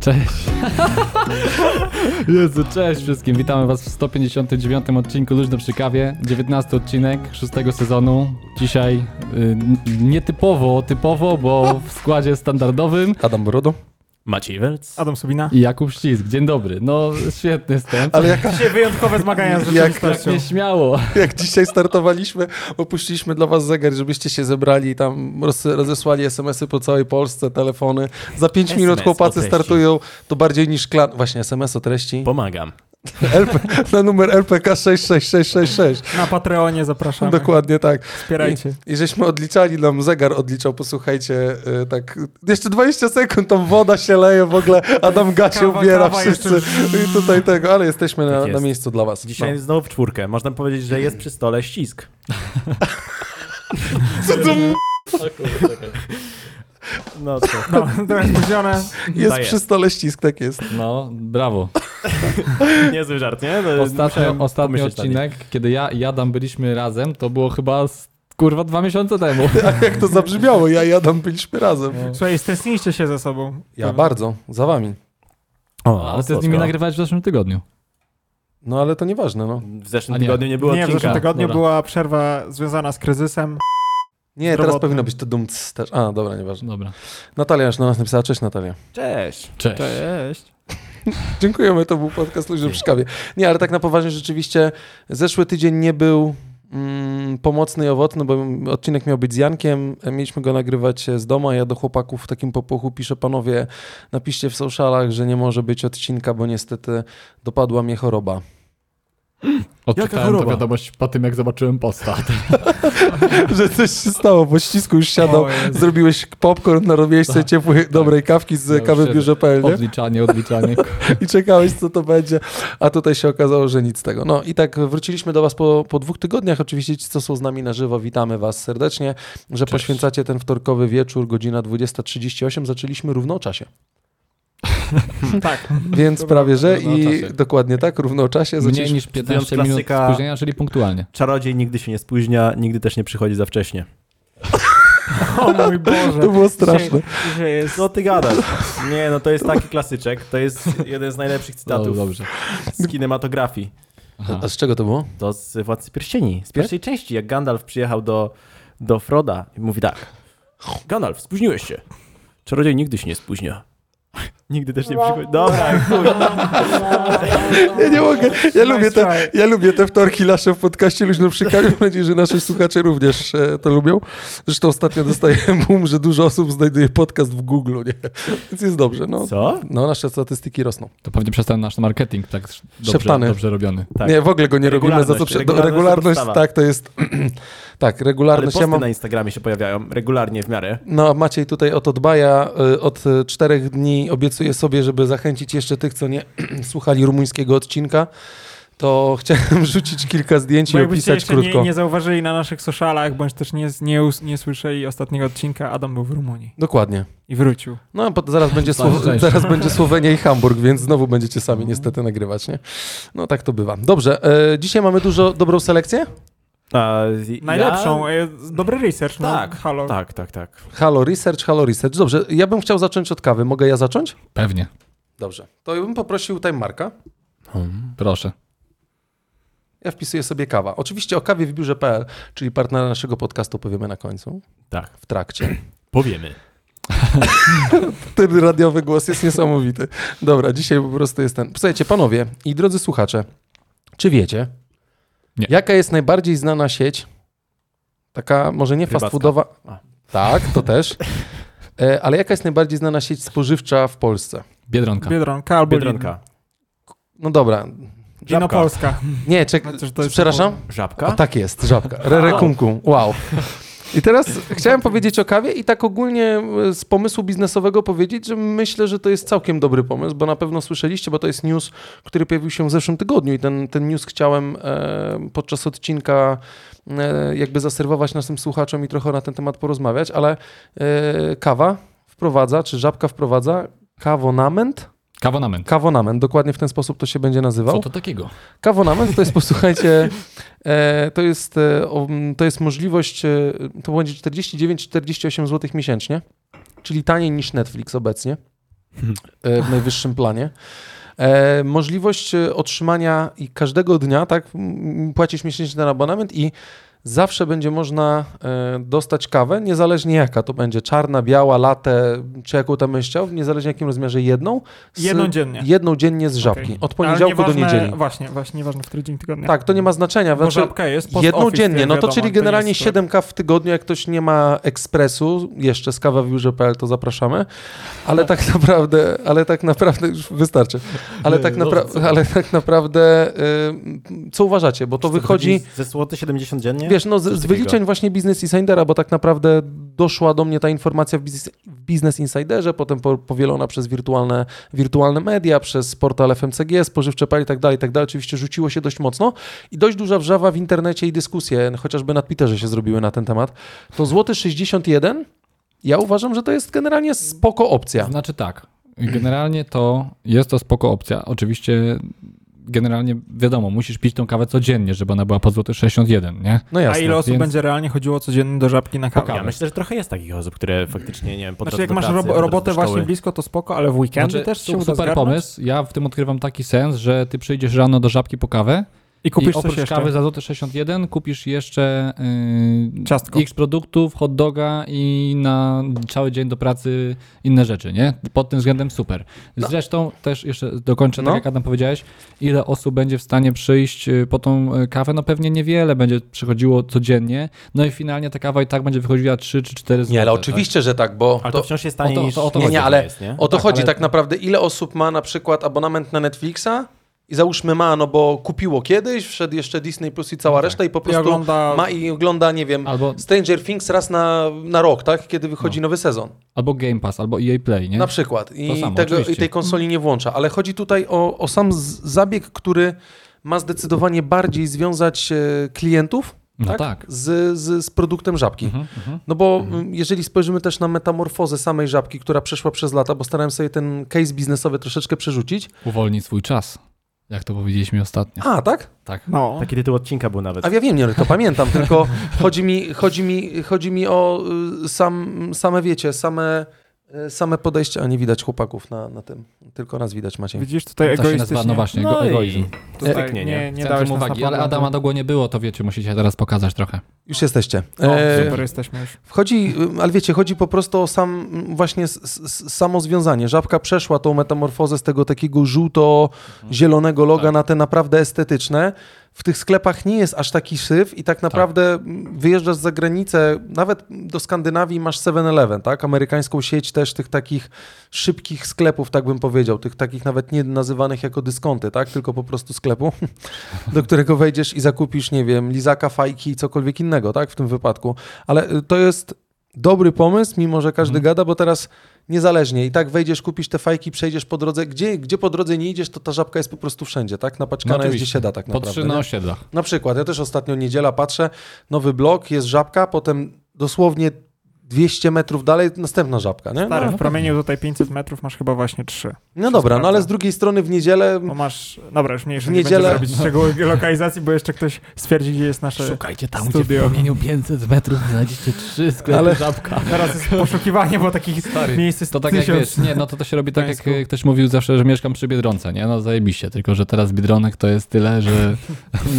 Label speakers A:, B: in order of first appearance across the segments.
A: Cześć. Jezu, cześć wszystkim. Witamy was w 159 odcinku Luźno przy kawie. 19 odcinek szóstego sezonu. Dzisiaj y, n- nietypowo, typowo, bo w składzie standardowym
B: Adam Brodo.
C: Maciej Welc.
D: Adam Subina.
A: i Jakub Ścisk. Dzień dobry. No, świetny wstęp.
B: Ale jaka,
D: Dzisiaj wyjątkowe zmagania z
B: Jak-
D: rzeczywistością.
A: Tak nieśmiało.
B: jak dzisiaj startowaliśmy, opuściliśmy dla was zegar, żebyście się zebrali i tam roz, rozesłali SMS-y po całej Polsce, telefony. Za 5
C: SMS
B: minut
C: o
B: chłopacy
C: treści.
B: startują, to bardziej niż klan. Właśnie SMS o treści
C: Pomagam.
B: LP, na numer LPK 66666.
D: Na Patreonie zapraszamy.
B: Dokładnie tak.
D: Wspierajcie.
B: I, I żeśmy odliczali, nam zegar odliczał, posłuchajcie, y, tak, jeszcze 20 sekund, tam woda się leje w ogóle, Adam Gasie
D: Kawa,
B: ubiera
D: kawa
B: wszyscy
D: jeszcze.
B: i tutaj tego, ale jesteśmy na,
C: Tak jest.
B: na miejscu dla was.
C: Dzisiaj
B: No.
C: znowu w czwórkę. Można powiedzieć, że jest przy stole ścisk.
B: Co to
C: No to.
D: No, to jest spóźnione.
B: jest
C: daje.
B: przy stole ścisk, tak jest.
A: No, brawo.
C: Niezły żart, nie? No, musiałem
A: Ostatnio, Y, ostatni
C: pomyśleć nad nim.
A: odcinek, kiedy ja i Adam byliśmy razem, to było chyba z, kurwa dwa miesiące temu.
B: Jak to zabrzmiało, ja i Adam byliśmy razem.
D: Słuchaj, stresnijcie się ze sobą.
B: Ja bardzo, za wami.
C: O,
A: Ale ty z
C: słodko.
A: nimi nagrywałeś w zeszłym tygodniu.
B: No ale to nieważne, no.
C: W
A: A
C: zeszłym
A: nie.
C: tygodniu nie było
D: Nie, w
C: odcinka.
D: zeszłym tygodniu
C: Dobra.
D: była przerwa związana z kryzysem.
B: Nie, teraz
D: Zdrowotny.
B: powinno być to dumc też. A, dobra, nieważne.
A: Dobra.
B: Natalia już na nas napisała, cześć Natalia.
C: Cześć.
A: Cześć.
D: Cześć.
B: Dziękujemy, to był podcast Luźny przy kawie. Nie, ale tak na poważnie rzeczywiście zeszły tydzień nie był mm, pomocny i owocny, bo odcinek miał być z Jankiem, mieliśmy go nagrywać z domu, a ja do chłopaków w takim popłochu piszę, panowie, napiszcie w socialach, że nie może być odcinka, bo niestety dopadła mnie choroba.
C: Jaka
A: Odczytałem
C: choroba?
A: tę wiadomość po tym, jak zobaczyłem posta.
B: że coś się stało, bo ścisku już siadał,
D: O Jezu.
B: zrobiłeś popcorn, narobiłeś sobie ciepłej, dobrej kawki z
A: Tak, Ja już
B: kawy w
A: siedzę.
B: biurze PL nie?
A: Odliczanie, odliczanie.
B: i czekałeś, co to będzie, a tutaj się okazało, że nic z tego. No i tak wróciliśmy do was po, po dwóch tygodniach, oczywiście ci, co są z nami na żywo, witamy was serdecznie, że poświęcacie ten wtorkowy wieczór, godzina 20.38, zaczęliśmy równo o czasie.
C: Hmm,
D: Tak.
B: Więc prawie, że
A: równo o
B: i
A: czasie.
B: dokładnie tak, równo o czasie.
A: Mniej
B: Zaczęliśmy...
A: niż 15 minut
C: klasyka-
A: spóźnienia, czyli punktualnie.
C: Czarodziej nigdy się nie spóźnia, nigdy też nie przychodzi za wcześnie.
D: O mój Boże.
B: To było straszne.
D: Dzisiaj, dzisiaj jest...
C: Co No, ty gadasz? Nie, no to jest taki klasyczek. To jest jeden z najlepszych
A: No,
C: cytatów
A: dobrze.
C: z kinematografii.
A: Aha.
B: A z czego to było?
C: To z Władcy Pierścieni, z pierwszej części, jak Gandalf przyjechał do, do Froda i mówi tak. Gandalf, spóźniłeś się. Czarodziej nigdy się nie spóźnia. Nigdy też nie przychodzi. Dobra, chuj.
B: Ja nie mogę. Ja
D: Nice
B: lubię, te,
D: try.
B: ja lupię te wtorki nasze w podcaście Luźno przy kawie. Mam nadzieję, że nasi słuchacze również e, to lubią. Zresztą ostatnio dostaję boom, że dużo osób znajduje podcast w Google, nie? Więc jest dobrze. No,
C: Co?
B: no nasze statystyki rosną.
A: To pewnie przez ten nasz marketing tak dobrze,
B: Szeptany.
A: dobrze robiony.
C: Tak.
B: Nie, w ogóle go nie robimy. Za co
C: Regularność,
B: prze...
C: regularność
B: Regularność, regularność
C: to podstawa.
B: tak, to jest... tak,
C: Ale
B: regularność.
C: posty
B: Ja mam...
C: na Instagramie się pojawiają regularnie w miarę.
B: No, a Maciej tutaj o to dba. Ja y, od y, czterech dni obiecuję sobie, żeby zachęcić jeszcze tych, co nie słuchali rumuńskiego odcinka, to chciałem rzucić kilka zdjęć
D: Bo
B: i
D: jakbyście
B: opisać
D: jeszcze
B: krótko.
D: nie, nie zauważyli na naszych socialach, bądź też nie, nie, us, nie słyszeli ostatniego odcinka, Adam był w Rumunii
B: Dokładnie.
D: i wrócił.
B: No, bo zaraz będzie,
A: Całe
B: Słow-
A: szczęście.
B: zaraz będzie Słowenia i Hamburg, więc znowu będziecie sami niestety nagrywać, nie? No tak to bywa. Dobrze, e, dzisiaj mamy dużo, dobrą selekcję?
C: A, i-
D: Najlepszą. e, Dobry research, no.
C: Tak,
D: Halo.
C: Ja... Tak, tak, tak.
B: Halo Research, Halo Research. Dobrze, ja bym chciał zacząć od kawy. Mogę ja zacząć?
A: Pewnie.
B: Dobrze. To ja bym poprosił Time Marka.
A: Proszę.
B: Ja wpisuję sobie kawa. Oczywiście o kawie w biurze.pl, czyli partnera naszego podcastu powiemy na końcu,
C: Tak.
B: w trakcie.
C: Powiemy.
B: Ten radiowy głos jest niesamowity. Dobra, dzisiaj po prostu jest ten. Słuchajcie, panowie i drodzy słuchacze, czy wiecie,
A: Nie.
B: jaka jest najbardziej znana sieć? Taka może nie fast
C: Rybacka.
B: foodowa.
C: A.
B: Tak, to też. E, Ale jaka jest najbardziej znana sieć spożywcza w Polsce?
A: Biedronka.
D: Biedronka albo
C: Biedronka.
B: No dobra.
D: Gino Polska.
B: Nie, czek...
D: Znaczy, że to jest
B: przepraszam?
C: Żabka?
B: O, tak jest, żabka. Rere
C: Wow.
B: kumkum. Wow. I teraz chciałem powiedzieć o kawie i tak ogólnie e, z pomysłu biznesowego powiedzieć, że myślę, że to jest całkiem dobry pomysł, bo na pewno słyszeliście, bo to jest news, który pojawił się w zeszłym tygodniu i ten, ten news chciałem e, podczas odcinka e, jakby zaserwować naszym słuchaczom i trochę na ten temat porozmawiać, ale e, kawa wprowadza, czy żabka wprowadza kawonament?
A: Kawonament.
B: Kawonament, dokładnie w ten sposób to się będzie nazywał.
A: Co to takiego?
B: Kawonament to jest, posłuchajcie, e, to jest, e, o, m, to jest możliwość, e, to będzie 49-48 zł miesięcznie, czyli taniej niż Netflix obecnie. e, w najwyższym planie. E, możliwość e, otrzymania i każdego dnia, tak, m, płacisz miesięcznie ten abonament i zawsze będzie można e, dostać kawę, niezależnie jaka to będzie, czarna, biała, latę, czy jaką tam będziesz chciał, niezależnie jakim rozmiarze, jedną. z-
D: Jedną dziennie.
B: Jedną dziennie z żabki,
D: Okej.
B: od
D: Ale
B: poniedziałku do
D: nieważne-
B: niedzieli.
D: Właśnie, właśnie, nieważne, w który dzień tygodnia.
B: Tak, to nie ma znaczenia.
D: Bo
B: Znaczy,
D: żabka jest post
B: Jedną
D: office,
B: dziennie,
D: więc
B: no to
D: wiadomo,
B: czyli
D: nie
B: generalnie
D: jest-
B: 7 kaw w tygodniu, jak ktoś nie ma ekspresu, jeszcze z kawa w biurze.pl, to zapraszamy, ale tak naprawdę, ale tak naprawdę, już wystarczy, ale,
A: Nie,
B: tak,
A: no,
B: napra-
A: co?
B: ale tak naprawdę, y, co uważacie, bo to wychodzi,
C: Ze złote 70 dziennie?
B: wiesz, no z, z
C: takiego.
B: wyliczeń właśnie Business Insidera, bo tak naprawdę doszła do mnie ta informacja w Business, w Business Insiderze, potem po, powielona przez wirtualne, wirtualne media, przez portal FMCG, spożywcze.pl i tak dalej, i tak dalej. Oczywiście rzuciło się dość mocno i dość duża wrzawa w internecie i dyskusje, no, chociażby na Twitterze się zrobiły na ten temat. To złoty 61, ja uważam, że to jest generalnie spoko opcja.
A: Znaczy tak. Generalnie to jest to spoko opcja. Oczywiście generalnie wiadomo, musisz pić tą kawę codziennie, żeby ona była po złoty 61, nie?
B: No
D: A
B: jasne.
D: ile osób
A: Więc-
D: będzie realnie chodziło codziennie do żabki na kawę?
C: Ja myślę, że trochę jest takich osób, które faktycznie, nie wiem, podczas
D: Znaczy, jak
C: do
D: masz
C: pracy,
D: rob-
C: podczas
D: robotę
C: do szkoły.
D: właśnie blisko, to spoko, ale w weekendy też się
A: su-
D: uda
A: Znaczy, super
D: zgarnąć?
A: pomysł. Ja w tym odkrywam taki sens, że ty przyjdziesz rano do żabki po kawę
D: I kupisz
A: i
D: coś
A: oprócz
D: jeszcze.
A: kawy za złoty 61 kupisz jeszcze yy,
D: Ciastko.
A: x produktów, hot doga i na cały dzień do pracy inne rzeczy, nie? Pod tym względem super. Zresztą też jeszcze dokończę,
B: No.
A: tak jak Adam powiedziałeś, ile osób będzie w stanie przyjść y, po tą y, kawę? No pewnie niewiele będzie przychodziło codziennie. No i finalnie ta kawa i tak będzie wychodziła 3 czy 4 zł.
B: Nie, ale oczywiście, że tak, bo
C: Ale to,
B: to,
C: wciąż jest
A: o to-
C: taniej
A: o to-
C: niż...
A: o to
B: Nie,
A: chodzi.
B: nie, ale
C: jest, nie?
B: o to
A: Tak,
B: chodzi
A: ale-
B: tak naprawdę, ile osób ma na przykład abonament na Netflixa i załóżmy ma, no bo kupiło kiedyś, wszedł jeszcze Disney Plus i cała reszta i po prostu
D: ogląda-
B: ma i ogląda, nie wiem,
A: Albo,
B: Stranger Things raz na, na rok, tak? Kiedy wychodzi nowy sezon.
A: albo Game Pass, albo EA Play, nie?
B: Na przykład.
A: To
B: I,
A: samo,
B: tego, I
A: oczywiście.
B: tej konsoli nie włącza. Ale chodzi tutaj o, o sam z- zabieg, który ma zdecydowanie bardziej związać e, klientów
A: No
B: tak?
A: tak.
B: Z, z, z produktem żabki.
A: Mhm, mhm.
B: No bo mm, jeżeli spojrzymy też na metamorfozę samej żabki, która przeszła przez lata, bo starałem sobie ten case biznesowy troszeczkę przerzucić.
A: Uwolni swój czas, jak to powiedzieliśmy ostatnio.
B: A, tak?
A: Tak.
D: No.
C: Taki tytuł odcinka był nawet.
B: A ja wiem, nie, ale to pamiętam, tylko chodzi mi, chodzi mi, chodzi mi o y, sam, same, wiecie, same, y, same podejście, a nie widać chłopaków na, na tym, tylko nas widać, Maciej.
D: Widzisz, tutaj
A: To się nazywa,
D: egoistycznie.
A: no właśnie, no egoizm.
D: Tutaj
C: Pięknie,
D: nie,
C: nie?
D: nie, nie dałeś no
A: Centrum
D: nas
A: uwagi,
D: na
A: ale
D: problem.
A: Adama Dogło nie było, to wiecie, musicie teraz pokazać trochę.
B: Już jesteście.
D: O,
B: E,
D: No, super jesteśmy już.
B: Chodzi, ale wiecie, chodzi po prostu o sam, właśnie s- s- samo związanie. Żabka przeszła tą metamorfozę z tego takiego
D: Mhm.
B: żółto-zielonego
D: Tak.
B: loga na te naprawdę estetyczne. W tych sklepach nie jest aż taki syf i tak naprawdę m, wyjeżdżasz za granicę, nawet do Skandynawii masz 7-Eleven, tak? Amerykańską sieć też tych takich szybkich sklepów, tak bym powiedział, tych takich nawet nie nazywanych jako dyskonty, tak? Tylko po prostu sklepu, do którego wejdziesz i zakupisz, nie wiem, lizaka, fajki i cokolwiek innego, tak? W tym wypadku. Ale y, to jest dobry pomysł, mimo że każdy
A: Mhm.
B: gada, bo teraz niezależnie i tak wejdziesz, kupisz te fajki, przejdziesz po drodze, gdzie, gdzie po drodze nie idziesz, to ta żabka jest po prostu wszędzie, tak? Napaczkana jest gdzie
A: oczywiście.
B: się da tak
A: Po
B: naprawdę.
A: trzy
B: nie?
A: na osiedlach.
B: Na przykład, ja też ostatnio niedziela patrzę, nowy blok, jest żabka, potem dosłownie 200 metrów dalej następna żabka, nie?
D: Stary,
B: No,
D: w promieniu tutaj 500 metrów masz chyba właśnie 3.
B: no dobra, no ale z drugiej strony w niedzielę...
D: Bo masz, dobra, już mniejsze
B: W
D: nie
B: niedzielę-
D: będziemy robić szczegóły lokalizacji, bo jeszcze ktoś stwierdzi, gdzie jest nasze
C: Szukajcie tam, gdzie...
D: studio.
A: promieniu 500 metrów znajdziecie trzy sklepy
B: Ale-
A: żabka.
D: Teraz jest poszukiwanie, bo takich
A: Stary,
D: miejsc jest
A: To tak jak
D: tysiąc.
A: wiesz, nie, no to to się robi tak jak
D: Gdańsku.
A: e, ktoś mówił zawsze, że mieszkam przy Biedronce, nie? No zajebiście, tylko że teraz Biedronek to jest tyle, że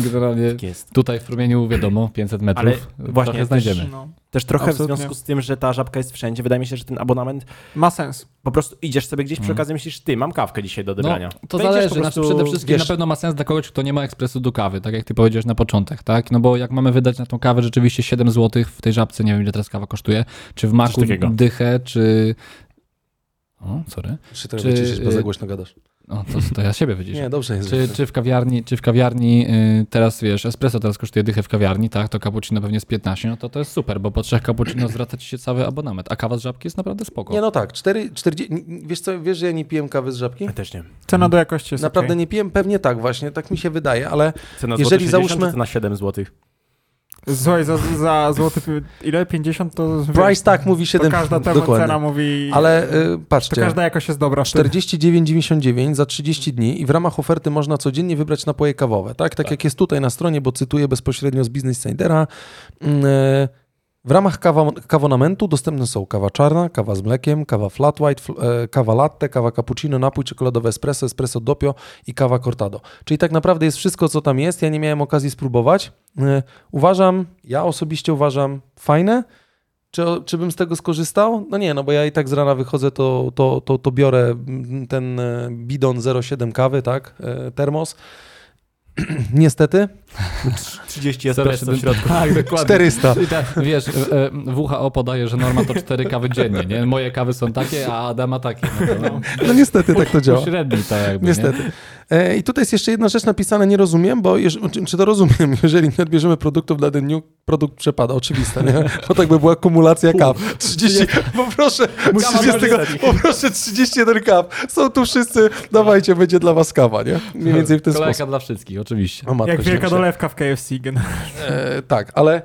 A: generalnie
C: Jest.
A: tutaj w promieniu wiadomo 500 metrów
C: Ale
A: trochę
C: właśnie, też-
A: znajdziemy.
D: No.
C: Też trochę
D: Absolutnie.
C: w związku z tym, że ta żabka jest wszędzie, wydaje mi się, że ten abonament,
D: Ma sens.
C: po prostu idziesz sobie gdzieś przy
A: Mhm.
C: okazji myślisz, ty, mam kawkę dzisiaj do
A: No,
C: odebrania.
A: to
C: Wejdziesz
A: zależy.
C: po
A: Znaczy,
C: prostu-
A: przede wszystkim
B: wiesz-
A: na pewno ma sens dla kogoś, kto nie ma ekspresu do kawy, tak jak ty powiedziałeś na początek, tak? No bo jak mamy wydać na tą kawę rzeczywiście 7 zł w tej żabce, nie wiem ile teraz kawa kosztuje, czy w maku
C: takiego.
A: dychę, czy... O, sorry.
B: Czy to
A: Czy,
B: wiecie, że za
A: y,
B: głośno gadasz?
A: O, to, to ja siebie wyciszę.
B: Nie, dobrze jest.
A: Czy, czy w kawiarni, czy w kawiarni y, teraz wiesz, espresso teraz kosztuje dychę w kawiarni, tak? To cappuccino pewnie z 15, no to to jest super, bo po trzech cappuccino zwraca ci się cały abonament, a kawa z żabki jest naprawdę spoko.
B: Nie, no tak, 4, 40, wiesz co, wiesz, że ja nie piłem kawy z żabki?
C: Ja też nie.
D: Cena do jakości jest
B: Naprawdę
D: okej.
B: nie piłem, pewnie tak właśnie, tak mi się wydaje, ale
C: Cena
B: Jeżeli
C: Jeżeli 60,
B: załóżmy-
C: załóżmy... Cena 7 złotych.
D: Słuchaj, za, za złoty, pi- ile? 50 to...
B: price tak mówi 7,
D: to każda ta
B: dokładnie.
D: cena mówi...
B: Ale y,
D: to
B: patrzcie,
D: każda jakość jest dobra. w tym.
B: 49,99 za 30 dni i w ramach oferty można codziennie wybrać napoje kawowe, tak? Tak, jak jest tutaj na stronie, bo cytuję bezpośrednio z Business Insidera. Mm, e, W ramach kawa, kawonamentu dostępne są kawa czarna, kawa z mlekiem, kawa flat white, fl, e, kawa latte, kawa cappuccino, napój czekoladowy espresso, espresso doppio i kawa cortado. Czyli tak naprawdę jest wszystko, co tam jest. Ja nie miałem okazji spróbować. E, Uważam, ja osobiście uważam fajne. Czy, czy bym z tego skorzystał? No nie, no bo ja i tak z rana wychodzę, to, to, to, to biorę mm, ten e, bidon 0,7 kawy, tak, e, termos. Niestety.
C: 30 espresso w
A: 0,7.
C: środku.
A: Tak, dokładnie.
B: 400.
A: I tak, wiesz, e, e, WHO podaje, że norma to cztery kawy dziennie, nie? Moje kawy są takie, a Adama takie. No, to,
B: No niestety tak to
A: no,
B: działa.
A: pośredni to jakby,
B: Niestety. E, I tutaj jest jeszcze jedna rzecz napisana, nie rozumiem, bo jeż, czy- czy to rozumiem, jeżeli nie odbierzemy produktów w danym dniu, produkt przepada, oczywiste, nie? Bo tak by była kumulacja kaw. 30, poproszę, 30, poproszę 31 kaw. Są tu wszyscy, dawajcie, będzie dla was kawa, nie? Mniej
A: Nie?
B: więcej w ten
A: Kolejka
B: sposób.
A: dla wszystkich, oczywiście.
B: O, matko
D: Jak wielka
B: święta.
D: dolewka w KFC generalnie
B: E, tak, ale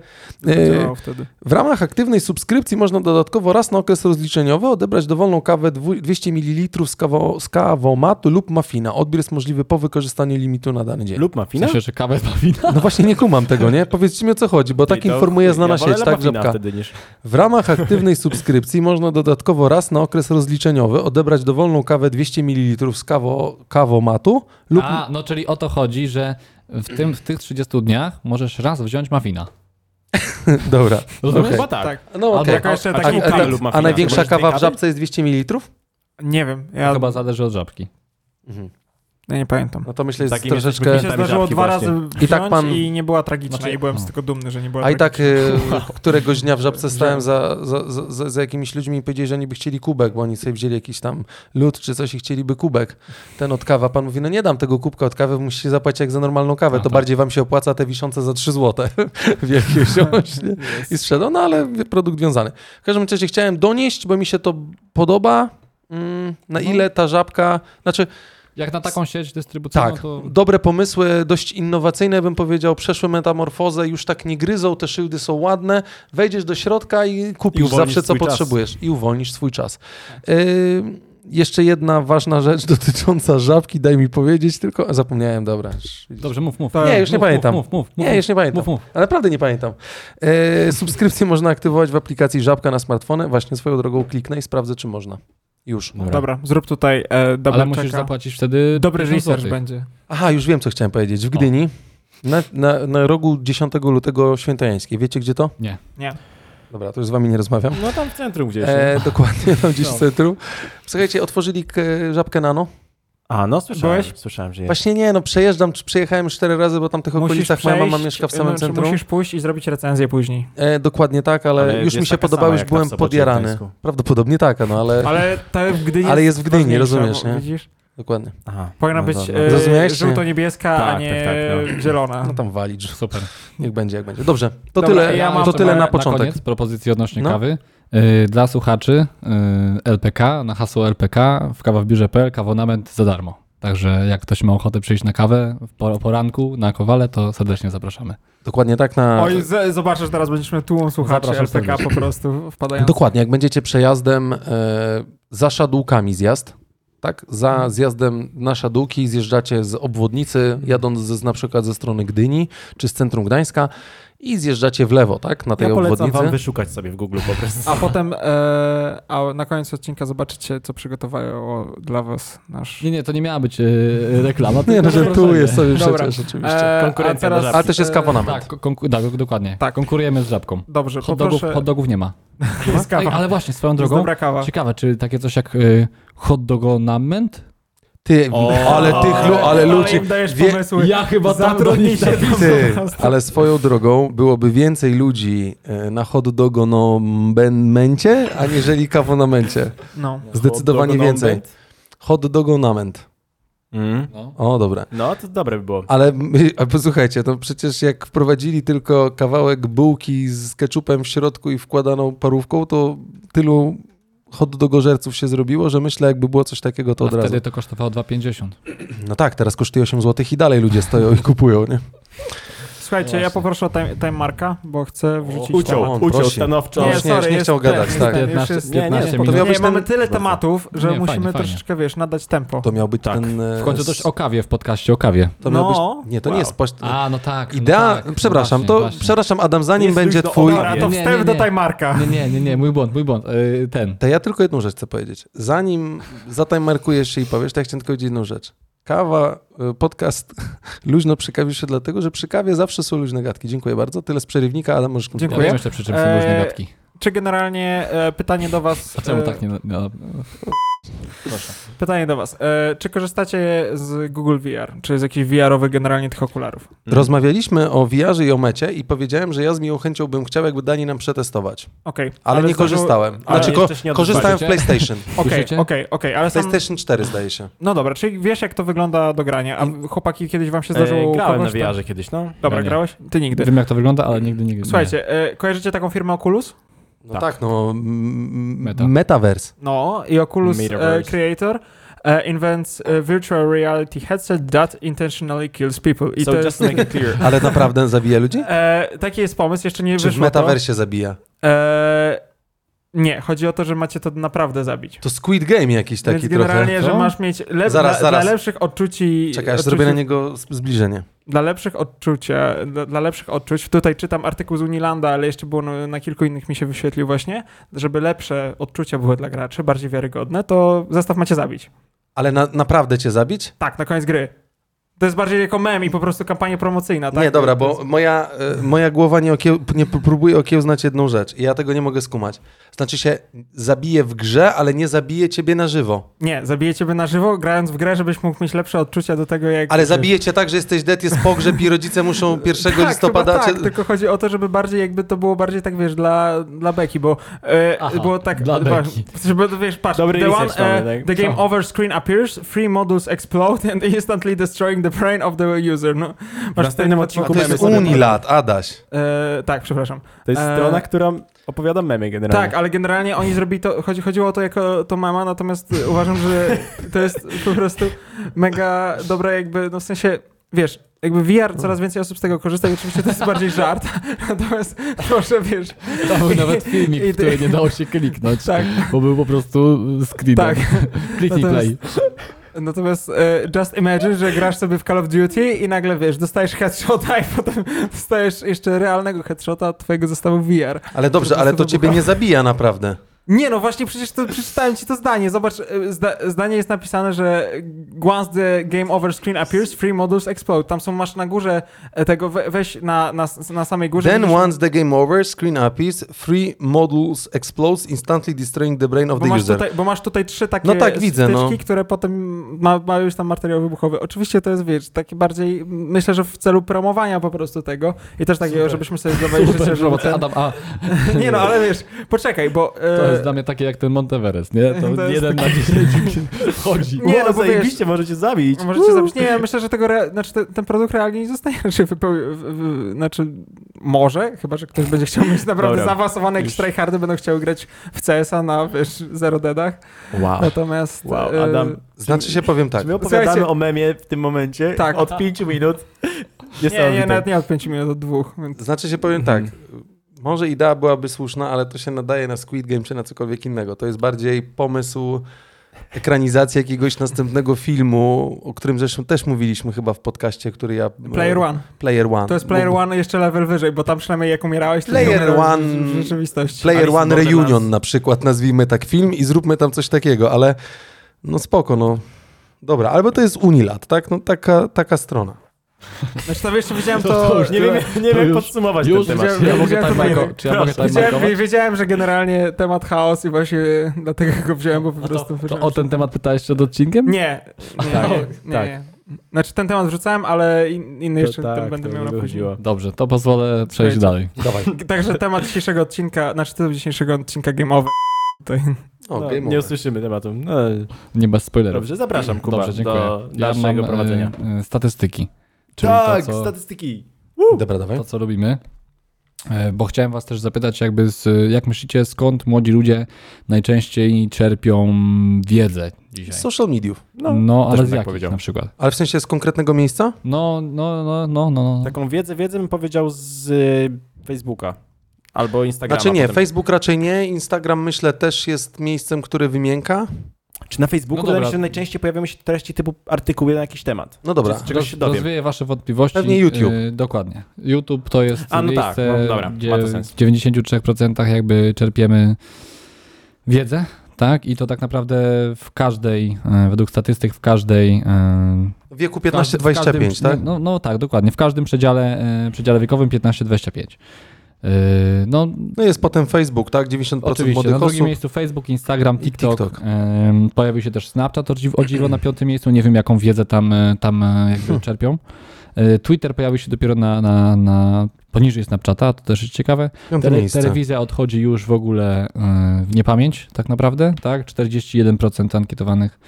B: e,
D: działało wtedy.
B: w ramach aktywnej subskrypcji można dodatkowo raz na okres rozliczeniowy odebrać dowolną kawę dwu- 200 ml z, kawo, z kawomatu lub mafina. Odbiór jest możliwy po wykorzystaniu limitu na dany dzień.
C: Lub
A: W
C: mafina?
A: sensie, że kawę z wina?
B: No właśnie nie kumam tego, nie? Powiedzcie mi o co chodzi, bo tak
C: Czyli to-
B: informuje znana
C: ja wolę
B: sieć, tak
C: mafina
B: Rzepka.
C: wtedy niż...
B: W ramach aktywnej subskrypcji można dodatkowo raz na okres rozliczeniowy odebrać dowolną kawę 200 ml z kawo, kawomatu lub...
A: A, no czyli o to chodzi, że w, tym, w tych 30 dniach możesz raz wziąć mafina.
B: Dobra,
A: Rozumiesz?
B: okej.
C: Chyba tak.
B: No
A: Albo
B: okej.
D: Jako jeszcze
C: a-
D: taki
C: a-
B: A,
C: kawy
D: ukaz.
C: lub
B: a,
C: mafina.
B: najwięsza
C: Możesz tej
B: kawa w
C: kawy?
B: żabce jest 200 ml?
D: Nie wiem, ja,
A: Chyba zależy od żabki.
D: ja nie pamiętam.
B: No to myślę, jest
C: Takim
B: troszeczkę...
D: Mi się
C: Tam
D: zdarzyło
C: żabki
D: dwa
C: właśnie.
D: razy
B: I
D: I,
B: tak pan-
D: i nie była tragiczna
A: Znaczy-
D: i byłem z tego dumny, że nie była
B: A i
D: tragiczna.
B: tak e, któregoś dnia w żabce stałem za, za, za- za, za jakimiś ludźmi i powiedzieli, że oni by chcieli kubek, bo oni sobie wzięli jakiś tam lód czy coś i chcieliby kubek. Ten od kawa. Pan mówi, no nie dam tego kubka od kawy, musicie zapłacić jak za normalną kawę.
A: A,
B: to
A: tak.
B: bardziej wam się opłaca te wiszące za 3 złote. Wielkie wziąć nie? i sprzedał, no ale produkt wiązany. W każdym razie chciałem donieść, bo mi się to podoba. Mm, na ile ta żabka, znaczy
A: Jak na taką sieć dystrybucyjną,
B: tak,
A: No to...
B: dobre pomysły, dość innowacyjne bym powiedział, przeszły metamorfozę, już tak nie gryzą, te szyldy są ładne, wejdziesz do środka i
C: I
B: kupisz
C: uwolnisz
B: zawsze co
C: swój czas.
B: potrzebujesz i uwolnisz swój czas. Ym, jeszcze jedna ważna rzecz dotycząca żabki, daj mi powiedzieć, tylko zapomniałem, dobra.
A: Dobrze, mów, mów.
D: Nie,
A: Mów,
B: już nie
A: mów,
B: pamiętam.
A: Mów, mów, mów.
B: Nie, już nie pamiętam.
A: Mów, mów.
B: Ale naprawdę nie pamiętam. E, subskrypcję można aktywować w aplikacji Żabka na smartfony. Właśnie swoją drogą kliknę i sprawdzę, czy można. Już.
D: Dobra, zrób tutaj e,
A: Ale
D: double
A: musisz
D: checka.
A: zapłacić wtedy...
D: Dobry
A: 50
D: research
A: złotych.
D: będzie.
B: Aha, już wiem, co chciałem powiedzieć. W Gdyni, na, na, na rogu 10 lutego świętojańskiej. Wiecie, gdzie to?
A: Nie.
D: Nie.
B: Dobra, to już z wami nie rozmawiam.
C: No tam w centrum gdzieś.
B: E, dokładnie, tam gdzieś
A: No.
B: w centrum. Słuchajcie, otworzyli k- żabkę nano.
C: A, no słyszałem,
D: Byłeś?
C: słyszałem, że jest.
B: Właśnie nie, no przejeżdżam, czy przejechałem już cztery razy, bo tam tych
D: Musisz
B: okolicach moja mama
D: przejść,
B: mieszka w
D: e,
B: samym
D: znaczy
B: centrum.
D: Musisz pójść i zrobić recenzję później.
B: E, dokładnie tak, ale,
C: Ale
B: już
C: jest
B: mi się
C: taka
B: podobało,
C: sama
B: już
C: jak
B: byłem
C: ta w sobocie w
B: podjarany.
C: Gdańsku.
B: Prawdopodobnie tak, no ale
D: Ale to w Gdyni
B: Ale jest w Gdyni,
D: ważniejsza,
B: rozumiesz,
D: bo
B: nie?
D: Widzisz?
B: dokładnie.
C: Aha,
D: Powinna
C: no
D: być
C: dobra.
D: e,
B: Zrozumiałeś, czy nie?
D: żółto-niebieska, a
C: Tak, tak,
D: nie
C: tak, no.
D: zielona.
B: No tam walić, że
A: Super.
B: niech będzie jak będzie. Dobrze, to
D: Dobra,
B: tyle,
D: ja mam
B: to
A: jeszcze
B: tyle
A: parę-
B: na początek.
A: Na koniec propozycji odnośnie
B: No.
A: kawy. Yy, Dla słuchaczy yy, LPK, na hasło LPK w kawawbiurze.pl kawonament za darmo. Także jak ktoś ma ochotę przyjść na kawę w po- poranku na Kowale, to serdecznie zapraszamy.
B: Dokładnie tak na...
D: Oj, z, zobaczysz, teraz będziemy tułą słuchaczy
A: Zapraszam
D: LPK po
A: serdecznie.
D: prostu wpadają.
B: Dokładnie, jak będziecie przejazdem e, za szadłkami zjazd, tak? Za
D: Mhm.
B: zjazdem na szadłki zjeżdżacie z obwodnicy, jadąc z, na przykład ze strony Gdyni czy z centrum Gdańska i zjeżdżacie w lewo, tak? Na tej
C: Ja polecam wam
B: obwodnicy.
C: wyszukać sobie w Google po prostu.
D: A potem, e, a na koniec odcinka zobaczycie, co przygotowało dla was nasz...
A: Nie, nie, to nie miała być yy, reklama.
B: Nie,
A: tylko
B: no żartuję
A: zaproszenie.
B: sobie
D: Dobra.
B: przecież oczywiście.
D: E,
C: Konkurencja
D: a teraz-
C: do żabki.
B: Ale też jest
D: e,
B: kawonament.
A: Tak, konku- tak, dokładnie.
D: Tak.
A: Konkurujemy z żabką.
D: Dobrze,
A: Hot dogów,
D: poproszę...
A: hot dogów nie ma.
D: Jest
A: Ej,
D: kawa.
A: ale właśnie, swoją
D: Jest
A: drogą,
D: dobra kawa.
A: ciekawe, czy takie coś jak yy, hot dogonament?
B: Ty,
C: O,
B: ale tych, lu- ale ludzi...
D: im dajesz
B: wie-
D: pomysły.
A: Ja chyba tam do
D: Zatrudnij
A: nich
D: się tam
B: Ty,
D: po prostu.
B: ale swoją drogą byłoby więcej ludzi e, na hot dogo no mencie, aniżeli kawonamencie.
D: No.
B: Zdecydowanie więcej. Hot dogo nament.
C: Mm.
A: No.
B: O, dobre.
C: No, to dobre by było.
B: Ale my, a posłuchajcie, to przecież jak wprowadzili tylko kawałek bułki z keczupem w środku i wkładaną parówką, to tylu hot dogożerców się zrobiło, że myślę, jakby było coś takiego, to
A: A
B: od razu.
A: wtedy to kosztowało 2,50.
B: No tak, teraz kosztuje 8 zł i dalej ludzie stoją i kupują, nie?
D: Słuchajcie, ja poproszę o time, time marka, bo chcę wrzucić
C: Uciął,
D: temat.
B: on
C: uciął
B: prosi.
C: stanowczo.
B: Nie, sorry, nie
D: jest
B: chciał
D: ten,
B: gadać,
D: jest
B: tak.
D: ten, już
A: 15,
D: jest-
A: 15
C: nie,
A: minut.
B: to miał
D: Nie,
B: być
D: mamy
B: ten-
D: tyle tematów,
A: Nie,
D: że musimy
A: fajnie, fajnie.
D: troszeczkę, wiesz, nadać tempo.
B: To miał być
C: Tak.
B: ten... e,
A: W końcu też
B: s-
A: o kawie w podcaście, o kawie.
B: to miał
D: No.
B: być... Nie, to nie
C: Wow.
B: jest poś...
A: A, no tak.
B: Idea...
A: no tak,
B: przepraszam,
A: no
B: to...
A: właśnie, właśnie.
B: Przepraszam, Adam, zanim
C: Jest
B: będzie
C: już do
B: twój...
D: Dobra, to
A: Nie, nie,
D: wstęp do
A: nie.
D: time marka.
A: Nie, nie, nie, nie, mój błąd, mój błąd. Yy, ten.
B: To ja tylko jedną rzecz chcę powiedzieć. Zanim zatajmarkujesz się i powiesz, to ja chciałem tylko powiedzieć jedną rzecz. Kawa, y, podcast luźno przy kawie się dlatego, że przy kawie zawsze są luźne gadki. Dziękuję bardzo. Tyle z przerywnika, ale możesz
A: Ja
D: Dziękuję.
A: wiem jeszcze przy czym są różne
D: Eee,
A: gadki.
D: Czy generalnie e, pytanie do was...
A: A czemu
D: e,
A: tak nie... No,
D: Pytanie do was. E, czy korzystacie z Google VR? Czy z jakichś VR-owych generalnie tych okularów?
B: Rozmawialiśmy o VR-ze i o mecie i powiedziałem, że ja z miłą chęcią bym chciał, jakby dali nam przetestować.
D: Okej.
B: Ale, nie
D: zdarzyło-
B: korzystałem.
D: ale
B: Znaczy, ko-
C: jeszcze nie
B: korzystałem w
A: odezwaliście?
B: PlayStation.
D: Okej,
A: Słyszycie?
D: okej, okej, ale sam...
B: PlayStation 4 zdaje się.
D: No dobra, czyli wiesz jak to wygląda do grania, a chłopaki kiedyś wam się zdarzyło
C: E, grałem na
D: kogoś,
C: VR-ze kiedyś, no.
D: Dobra,
A: Ja nie.
D: grałeś? Ty nigdy.
A: wiem jak to wygląda, ale nigdy nie... nie.
D: Słuchajcie, e, kojarzycie taką firmę Oculus?
B: No tak,
C: Tak.
B: no. M-
A: Meta.
B: Metaverse.
D: No, i Oculus e,
C: Metaverse.
D: Creator e, invents e, virtual reality headset that intentionally kills people. I
C: So
D: to
C: just
D: jest...
C: to make it clear.
B: Ale naprawdę zabija ludzi?
D: E, taki jest pomysł, jeszcze nie
B: Czy w
D: wyszło to.
B: metaversie zabija?
D: E, nie, chodzi o to, że macie to naprawdę zabić.
B: To Squid Game jakiś taki
D: Więc generalnie,
B: trochę.
A: Co?
D: że masz mieć lep-
B: Zaraz,
D: dla,
B: zaraz.
D: dla lepszych odczuci...
B: Czekaj, aż
D: odczuci
B: zrobię na niego z- zbliżenie.
D: dla lepszych odczucia, dla, dla lepszych odczuć, tutaj czytam artykuł z Unilanda, ale jeszcze było na, na kilku innych mi się wyświetlił właśnie, żeby lepsze odczucia były dla graczy, bardziej wiarygodne, to zestaw macie zabić.
B: Ale na, naprawdę cię zabić?
D: Tak, na koniec gry. To jest bardziej jako mem i po prostu kampania promocyjna, tak?
B: nie, dobra,
D: To
B: bo
D: jest-
B: moja, y, moja głowa nie, okieł, nie p- próbuje okiełznać jedną rzecz i ja tego nie mogę skumać. Znaczy się, zabije w grze, ale nie zabije ciebie na żywo.
D: Nie, zabije ciebie na żywo, grając w grę, żebyś mógł mieć lepsze odczucia do tego, jak...
B: Ale zabije cię tak, że jesteś dead, jest pogrzeb i rodzice muszą 1
D: tak,
B: listopada...
D: chyba tak,
B: czy-
D: tylko chodzi o to, żeby bardziej jakby to było bardziej tak, wiesz, dla, dla Beki, bo e,
A: Aha,
D: było tak,
A: dla
D: bo-
A: beki.
D: żeby, wiesz, patrz,
C: Dobry
D: the, e,
C: research mamy, tak.
D: the game over screen appears, three modules explode and instantly destroying the brain of the user, no. Masz
C: następnym
D: tutaj-
C: odcinku
B: A to
C: Kupujemy
B: jest
C: sobie-
B: Unilat, Adaś.
D: E, tak, przepraszam.
C: To jest
D: E,
C: strona, która opowiada memy generalnie.
D: Tak, ale generalnie oni zrobili to, chodzi, chodziło o to jako to mama, natomiast y, uważam, że to jest po prostu mega dobre jakby, no w sensie, wiesz, jakby VR coraz więcej osób z tego korzysta i oczywiście to jest bardziej żart, natomiast proszę, wiesz,
A: To był nawet filmik,
D: I- i-
A: który nie dało się kliknąć,
D: tak,
A: bo był po prostu screen.
D: tak.
A: Kliknij
D: Natomiast-
A: play.
D: Natomiast e, just imagine, że grasz sobie w Call of Duty i nagle, wiesz, dostajesz headshota i potem dostajesz jeszcze realnego headshota od twojego zestawu VR.
B: Ale
D: To
B: dobrze,
D: po
B: ale to
D: prostu
B: ciebie
D: wybucha.
B: nie zabija naprawdę.
D: Nie, no właśnie, przecież to przeczytałem ci to zdanie. Zobacz, e, zda, zdanie jest napisane, że once the game over screen appears, three modules explode. Tam są, masz na górze e, tego, we, weź na, na, na samej górze.
B: Then
D: widzisz-
B: once the game over, screen appears, three modules explodes, instantly destroying the brain of
D: bo
B: the
D: masz,
B: user.
D: tutaj, bo masz tutaj trzy takie
B: No tak, widzę, no.
D: styczki, które potem ma, ma już tam materiał wybuchowy. Oczywiście to jest, wiesz, takie bardziej, myślę, że w celu promowania po prostu tego i też takiego, żebyśmy sobie zdawali
A: Super,
D: życie, że
A: robota,
D: ten...
A: Adam, a
D: Nie no, ale wiesz, poczekaj, bo... e,
A: to jest dla mnie takie jak ten Monteverest, nie? To,
D: To jest
A: jeden na dziesięciu chodzi.
D: nie,
C: nie,
D: no
C: no
D: bo
C: zajebiście, możecie zabić.
D: Możecie zabić. Nie, myślę, że tego re... znaczy, te, ten produkt realnie nie zostanie znaczy, wypeł... w- w- znaczy może, chyba że ktoś będzie chciał mieć naprawdę
C: Dobra.
D: zaawansowane
C: Już.
D: jakieś tryhardy, będą chciały grać w CS-a na wiesz, zero deadach.
C: Wow.
D: Natomiast.
C: Wow,
D: No, e,
C: Adam,
B: Znaczy się, powiem tak.
C: Czy my opowiadamy
D: Słuchajcie-
C: o memie w tym momencie?
D: Tak.
C: Od pięciu minut.
D: Nie, nie,
C: Niesamowite.
D: nawet nie od 5 minut, od dwóch. Więc...
B: Znaczy się powiem
C: Mhm.
B: tak. Może idea byłaby słuszna, ale to się nadaje na Squid Game czy na cokolwiek innego. To jest bardziej pomysł ekranizacji jakiegoś następnego filmu, o którym zresztą też mówiliśmy chyba w podcaście, który ja... e,
A: No,
D: Player One.
B: Player One.
D: To jest Player One jeszcze level wyżej, bo tam przynajmniej jak umierałeś, to nie
B: Player
D: umierałeś
B: One-
D: w rzeczywistości.
B: Player
C: Alice
B: One
C: in Borderlands.
B: Reunion na przykład, nazwijmy tak film i zróbmy tam coś takiego, ale no spoko, no. Dobra, albo to jest Unilat, tak? No taka, taka strona.
D: Znaczy to jeszcze widziałem to.
A: To już
C: Nie wiem, nie wiem
A: To
C: jak
A: już-
C: podsumować
A: Już
C: ten temat.
D: widziałem-
A: ja mogę
D: widziałem
A: time
D: to
A: marko-
D: mojego.
A: czy ja mogę time markować?
D: Wiedziałem, wiedziałem, że generalnie temat chaos i właśnie dlatego go wziąłem, bo po
A: No To,
D: prostu...
A: to
D: wyrzuciłem.
A: o ten temat pytałeś przed odcinkiem?
D: Nie, nie,
C: tak,
D: nie, nie,
C: tak.
D: nie. Znaczy ten temat wrzucałem, ale in, inny
C: To
D: jeszcze
C: tak,
D: ten będę
C: to
D: miał
C: nie
D: na później.
C: wychodziło.
A: Dobrze, to pozwolę przejść
D: Słuchajcie.
A: dalej.
B: Dawaj.
D: Także temat dzisiejszego odcinka, znaczy tytuł dzisiejszego odcinka Game Over. Tutaj.
B: O,
C: No,
B: game
C: nie
B: over.
C: usłyszymy tematu. No,
A: Nie bez spoilerów.
C: dobrze, zapraszam Kuba
A: Dobrze, dziękuję.
C: do dalszego
A: e,
C: prowadzenia.
A: e, statystyki. Czyli
C: Tak,
A: to, co,
C: statystyki.
B: Dobra, dawaj.
A: to, co robimy. E, Bo chciałem was też zapytać, jakby z, jak myślicie, skąd młodzi ludzie najczęściej czerpią wiedzę dzisiaj?
B: Z social mediów.
A: No,
C: też
A: ale
C: bym
A: z
C: tak
A: jakich
C: powiedział.
A: na przykład?
B: Ale w sensie z konkretnego miejsca?
A: No, no, no, no, no. no.
C: Taką wiedzę, wiedzę bym powiedział z y, Facebooka albo Instagrama.
B: Znaczy nie,
C: potem.
B: Facebook raczej nie, Instagram myślę też jest miejscem, które wymienka.
C: Czy na Facebooku
A: No
C: wydaje mi
A: dobra.
C: się, że najczęściej pojawiają się treści typu artykuły na jakiś temat?
B: No dobra.
C: Czy z czegoś się dowiem?
A: Rozwieję wasze wątpliwości.
B: Pewnie YouTube.
A: Y, dokładnie. YouTube to jest
C: A, no tak,
A: miejsce,
C: no dobra, ma
A: gdzie
C: to
A: w
C: sens.
A: 93% jakby czerpiemy wiedzę, tak? I to tak naprawdę w każdej, e, według statystyk w każdej... e,
B: W wieku
A: każdy- w każdym-
B: 15-25, tak?
A: No, no tak, dokładnie. W każdym przedziale, e, przedziale wiekowym 15-25. Y, No,
B: No jest potem Facebook, tak? 90%
A: oczywiście. Na
B: młodych
A: drugim
B: osób.
A: miejscu Facebook, Instagram,
B: I
A: TikTok.
B: TikTok.
A: Em, pojawił się też Snapchat o dziw- o dziwo na piątym miejscu. Nie wiem, jaką wiedzę tam, e, tam e, jakby
B: Hmm.
A: czerpią. E, Twitter pojawił się dopiero na, na, na poniżej Snapchata, to też jest ciekawe.
B: Piąte
A: Tele,
B: miejsce.
A: telewizja odchodzi już w ogóle e, w niepamięć tak naprawdę, tak? 41% ankietowanych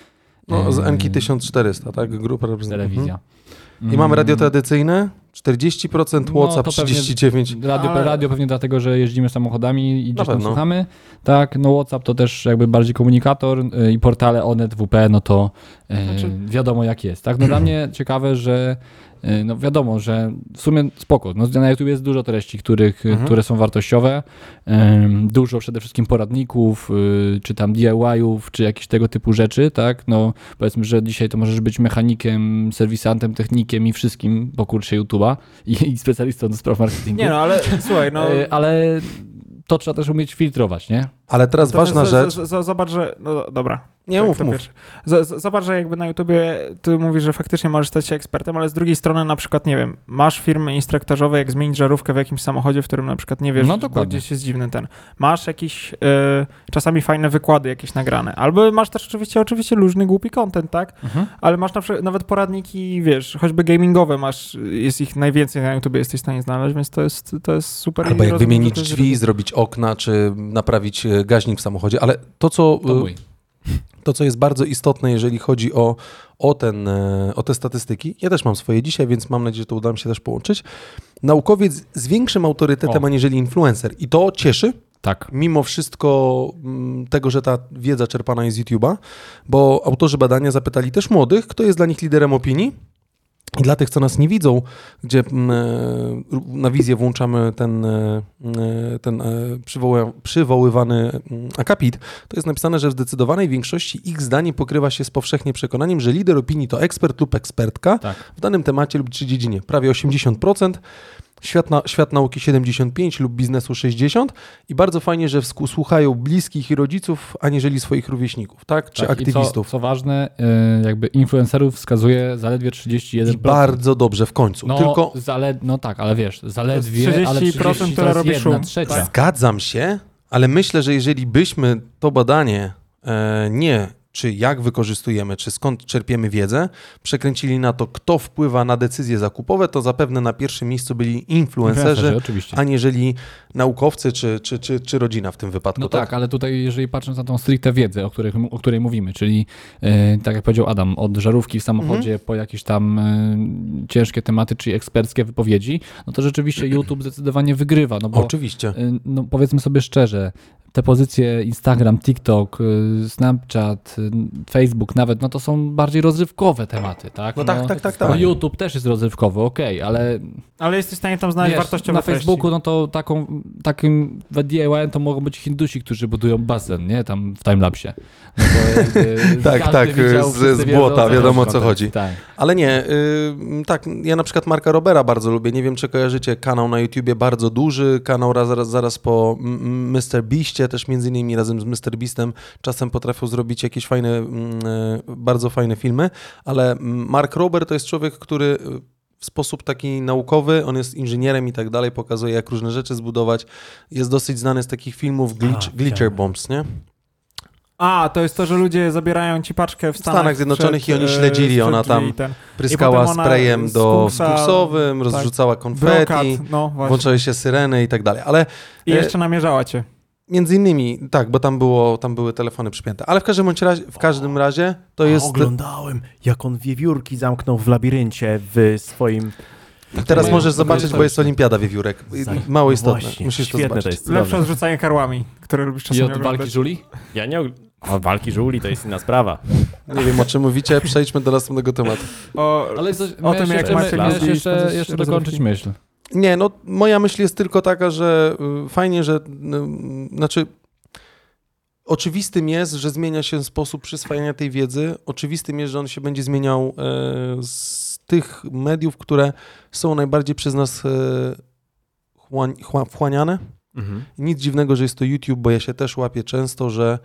B: No, z
A: e,
B: Enki 1400, tak? Grupa reprezentacyjna. Mhm.
A: telewizja.
B: I mamy radio
A: Mm,
B: tradycyjne, 40%,
A: No,
B: WhatsApp
A: to pewnie-
B: 39%.
A: Radio,
C: Ale-
A: radio pewnie dlatego, że jeździmy samochodami i gdzieś tam
B: pewno.
A: słuchamy. Tak, no WhatsApp to też jakby bardziej komunikator y, i portale Onet, WP, no to y, wiadomo jak jest. Tak, no dla mnie ciekawe, że y, no wiadomo, że w sumie spoko, no na YouTube jest dużo treści, których, y, które są wartościowe, Ym, dużo przede wszystkim poradników, y, czy tam DIY-ów, czy jakichś tego typu rzeczy, tak, no powiedzmy, że dzisiaj to możesz być mechanikiem, serwisantem, technikiem i wszystkim po kursie YouTube'a i, i specjalistą do spraw marketingu.
D: Nie no, ale słuchaj, no...
A: E, Ale to trzeba też umieć filtrować, nie?
B: Ale teraz
D: Natomiast
B: ważna
D: z-
B: rzecz.
D: z- z- Zobacz, że... No do- dobra.
B: Nie
D: Tak,
B: mów,
D: to
B: mów.
D: pierwsze. Z- z- Zobacz, że jakby na YouTubie ty mówisz, że faktycznie możesz stać się ekspertem, ale z drugiej strony na przykład, nie wiem, masz firmy instruktażowe, jak zmienić żarówkę w jakimś samochodzie, w którym na przykład nie wiesz,
A: No
D: bo
A: dokładnie.
D: gdzieś jest dziwny ten. Masz jakieś e, czasami fajne wykłady jakieś nagrane, albo masz też oczywiście, oczywiście luźny, głupi content, tak? Ale masz na przykład nawet poradniki, wiesz, choćby gamingowe masz, jest ich najwięcej na YouTubie, jesteś w stanie znaleźć, więc to jest, to jest super.
B: Albo
D: i
B: jak
D: rozumiem,
B: wymienić
D: że to jest-
B: drzwi, zrobić okna, czy naprawić e, gaźnik w samochodzie. Ale to, co,
A: To
B: e,
A: mój.
B: to, co jest bardzo istotne, jeżeli chodzi o, o, ten, e, o te statystyki, ja też mam swoje dzisiaj, więc mam nadzieję, że to uda mi się też połączyć. Naukowiec z większym autorytetem,
A: O.
B: aniżeli influencer. I to cieszy,
A: Tak.
B: mimo wszystko mm, tego, że ta wiedza czerpana jest z YouTube'a, bo autorzy badania zapytali też młodych, kto jest dla nich liderem opinii. I dla tych, co nas nie widzą, gdzie mm, e, na wizję włączamy ten, e, e, ten e, przywoła, przywoływany mm, akapit, to jest napisane, że w zdecydowanej większości ich zdanie pokrywa się z powszechnie przekonaniem, że lider opinii to ekspert lub ekspertka
A: Tak.
B: w danym temacie lub czy dziedzinie. Prawie 80%, świat, na, świat nauki 75% lub biznesu 60%. I bardzo fajnie, że wsku- słuchają bliskich i rodziców, aniżeli swoich rówieśników, tak? Czy
A: tak.
B: aktywistów.
A: I co, co ważne, e, jakby influencerów wskazuje zaledwie 31%.
B: I bardzo dobrze w końcu.
A: no,
B: Tylko
A: zale, no tak, ale wiesz, zaledwie, 30%, ale
D: 30%,
A: 30 to
D: która
A: jest
D: robi
A: jedna
D: szum.
A: trzecia.
D: Tak.
B: zgadzam się, ale myślę, że jeżeli byśmy to badanie e, nie czy jak wykorzystujemy, czy skąd czerpiemy wiedzę, przekręcili na to, kto wpływa na decyzje zakupowe, to zapewne na pierwszym miejscu byli influencerzy,
A: oczywiście.
B: aniżeli naukowcy czy, czy, czy, czy rodzina w tym wypadku.
A: No tak, ale tutaj, jeżeli patrząc na tą stricte wiedzę, o, których, o której mówimy, czyli e, tak jak powiedział Adam, od żarówki w samochodzie
D: Mhm.
A: po jakieś tam e, ciężkie tematy, czy eksperckie wypowiedzi, no to rzeczywiście YouTube zdecydowanie wygrywa, no bo
B: Oczywiście.
A: Y, no powiedzmy sobie szczerze, te pozycje Instagram, TikTok, y, Snapchat, y, Facebook nawet, no to są bardziej rozrywkowe tematy, tak?
B: No tak, tak, tak,
A: no
B: tak.
A: YouTube też jest rozrywkowy, okej, ale
D: Ale jesteś w stanie tam znaleźć
A: wiesz,
D: No wartościowe
A: na
D: treści.
A: Facebooku, no to taką, takim w DIY to mogą być Hindusi, którzy budują basen, nie? Tam w timelapsie. No bo jakby
B: Tak,
A: każdy
B: tak,
A: widział,
B: z-
A: wszyscy
B: z
A: wiedzą,
B: błota, wiadomo, o co
A: kontekst,
B: chodzi.
A: Tak.
B: Ale nie, y, tak, ja na przykład Marka Robera bardzo lubię. Nie wiem, czy kojarzycie kanał na YouTubie bardzo duży, kanał raz, zaraz, zaraz po mm, mm, Mr. Beastie, też między innymi razem z Mr. Beastem czasem potrafił zrobić jakieś fajne, mm, y, bardzo fajne filmy, ale mm, Mark Rober to jest człowiek, który y, w sposób taki naukowy, on jest inżynierem i tak dalej, pokazuje jak różne rzeczy zbudować. Jest dosyć znany z takich
D: Tak,
B: filmów glitch,
C: A,
B: Glitcher
C: widziałem.
B: Bombs, nie?
D: A, to jest to, że ludzie zabierają ci paczkę w Stanach,
B: Stanach Zjednoczonych i oni
D: e,
B: śledzili,
D: przed
B: ona
D: drzwi
B: tam
D: i ten.
B: Pryskała
D: potem ona
B: sprayem
D: z
B: do
D: Skunksa-
B: skursowym, rozrzucała konfeti.
D: Brokat, no właśnie.
B: Włączały się syreny i tak dalej, ale
D: I jeszcze namierzała cię.
B: między innymi, tak, bo tam, było, tam były telefony przypięte, ale w każdym bądź razie, w każdym razie to
C: A
B: jest...
C: Oglądałem, jak on wiewiórki zamknął w labiryncie w swoim
B: I teraz
A: mają-
B: możesz
A: to
B: zobaczyć,
A: jest
B: bo jest olimpiada wiewiórek. I-
C: Tak.
B: Mało istotne.
C: Właśnie,
B: Musisz to
C: świetne
B: zobaczyć.
C: to jest.
D: Lepsze
C: Dobrze.
D: od rzucania karłami, które lubisz
A: I
D: czasami
A: od walki
D: oglądać.
A: Julii?
C: Ja nie... og- O, walki żółli to jest inna sprawa.
B: Nie wiem, o czym mówicie. Przejdźmy do następnego tematu.
D: O,
A: Ale coś,
D: O tym, jak
A: miałeś
D: Maciek
A: jeszcze,
D: lubi
A: jeszcze,
D: spędzać
A: jeszcze
D: rozrywki.
A: dokończyć myśl.
B: Nie, no moja myśl jest tylko taka, że y, fajnie, że y, znaczy oczywistym jest, że zmienia się sposób przyswajania tej wiedzy. Oczywistym jest, że on się będzie zmieniał e, z tych mediów, które są najbardziej przez nas e, chłań, chła- wchłaniane. Nic dziwnego, że jest to YouTube, bo ja się też łapię często, że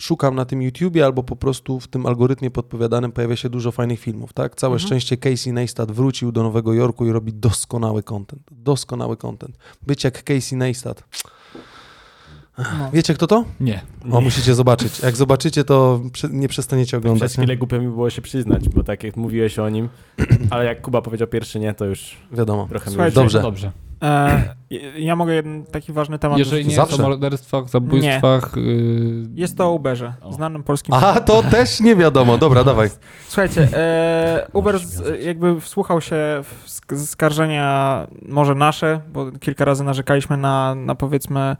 B: szukam na tym YouTubie albo po prostu w tym algorytmie podpowiadanym pojawia się dużo fajnych filmów, tak? Całe
D: Mhm.
B: szczęście Casey Neistat wrócił do Nowego Jorku i robi doskonały content. Doskonały content. Być jak Casey Neistat.
D: no.
B: Wiecie kto to?
A: Nie.
B: O, musicie zobaczyć. Jak zobaczycie, to prze- nie przestaniecie
C: Przez
B: oglądać. Nie?
C: chwilę głupio mi było się przyznać, bo tak jak mówiłeś o nim, ale jak Kuba powiedział pierwszy nie, to już
B: Wiadomo.
C: trochę mi
D: Słuchajcie,
C: już-
B: Dobrze.
A: Dobrze.
D: E, ja mogę jeden taki ważny temat.
A: Jeżeli nie
B: Zawsze.
A: o morderstwach, zabójstwach... Yy,
D: Jest to o Uberze,
A: O.
D: znanym polskim.
B: A, to też nie wiadomo. Dobra, dawaj.
D: Słuchajcie, e, Uber z, jakby wsłuchał się w sk- skarżenia może nasze, bo kilka razy narzekaliśmy na, na powiedzmy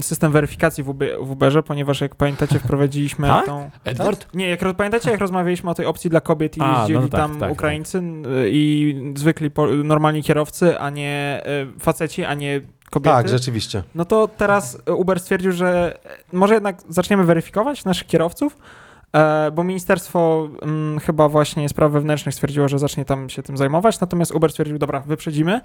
D: system weryfikacji w, Ubie, w Uberze, ponieważ jak pamiętacie wprowadziliśmy
C: Tak?
D: tą...
A: Edward?
D: Nie, jak roz- pamiętacie, jak rozmawialiśmy o tej opcji dla kobiet i
C: A, no
D: jeździli
C: tak,
D: tam
C: tak,
D: Ukraińcy y, i zwykli po, normalni kierowcy, a nie y, faceci, a nie kobiety?
B: Tak, rzeczywiście.
D: No to teraz Uber stwierdził, że może jednak zaczniemy weryfikować naszych kierowców, e, bo ministerstwo mm, chyba właśnie spraw wewnętrznych stwierdziło, że zacznie tam się tym zajmować, natomiast Uber stwierdził, dobra, wyprzedzimy.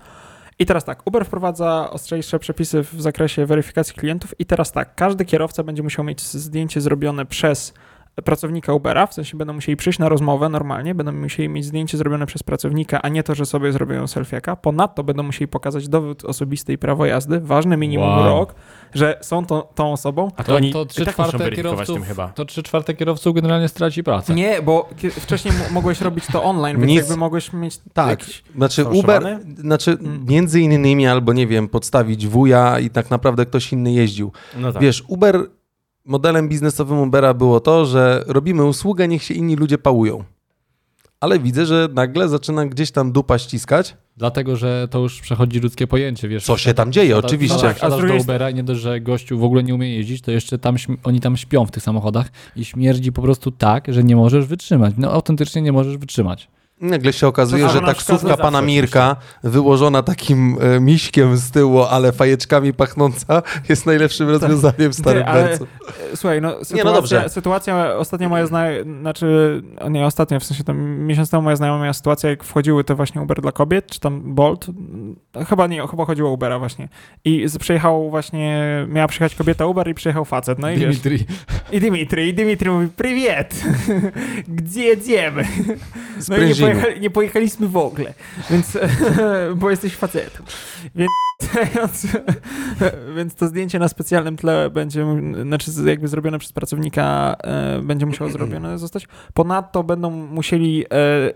D: I teraz tak, Uber wprowadza ostrzejsze przepisy w zakresie weryfikacji klientów i teraz tak, każdy kierowca będzie musiał mieć zdjęcie zrobione przez pracownika Ubera, w sensie będą musieli przyjść na rozmowę normalnie, będą musieli mieć zdjęcie zrobione przez pracownika, a nie to, że sobie zrobią selfieka. Ponadto będą musieli pokazać dowód osobisty i prawo jazdy, ważny minimum
C: Wow.
D: rok, że są tą, tą osobą.
C: A
A: To-
C: to, oni
A: to
C: to
A: trzy
C: i tak muszą
A: czwarte
C: weryfikować
A: kierowców-
C: tym chyba.
A: To 3 czwarte kierowców generalnie straci pracę.
D: Nie, bo kie- wcześniej mo- mogłeś robić to online, więc
B: Nic.
D: jakby mogłeś mieć
B: Tak.
D: jakiś...
B: Znaczy Uber,
C: Fałszowane?
B: znaczy
D: Mm.
B: między innymi albo nie wiem, podstawić wuja i tak naprawdę ktoś inny jeździł.
C: No tak.
B: Wiesz, Uber, modelem biznesowym Ubera było to, że robimy usługę, niech się inni ludzie pałują. Ale widzę, że nagle zaczyna gdzieś tam dupa ściskać.
A: Dlatego, że to już przechodzi ludzkie pojęcie, wiesz.
B: Co się tam dzieje,
A: Wsiada-
B: oczywiście.
A: wsiadasz
D: tak, a z drugiej
A: do Ubera i nie dość, że gościu w ogóle nie umie jeździć, to jeszcze tam, śm- oni tam śpią w tych samochodach i śmierdzi po prostu tak, że nie możesz wytrzymać. No autentycznie nie możesz wytrzymać.
B: Nagle się okazuje,
D: To
B: że
D: samo na przykład
B: taksówka
C: za
B: pana
C: zawsze
B: Mirka, wyłożona takim e, miśkiem z tyłu, ale fajeczkami pachnąca, jest najlepszym rozwiązaniem w Starym
D: Tak. ale-
B: Bercu.
D: E, Słuchaj, no sytuacja,
B: dobrze.
D: sytuacja ostatnio moja znajoma, znaczy o nie ostatnio, w sensie tam miesiąc temu moja znajoma miała sytuację, jak wchodziły te właśnie Uber dla kobiet, czy tam Bolt, m, chyba nie, chyba chodziło o Ubera właśnie i z- przyjechał właśnie, miała przyjechać kobieta Uber i przyjechał facet, no i wiesz,
A: Dimitri.
D: i Dimitri, i Dimitri mówi, prywiet, gdzie jedziemy? No i nie,
B: Sprężyny.
D: pojechali, nie pojechaliśmy w ogóle, więc, bo jesteś facetem. Więc, więc, więc to zdjęcie na specjalnym tle będzie, znaczy jakby zrobione przez pracownika, e, będzie musiało zrobione zostać. Ponadto będą musieli, e,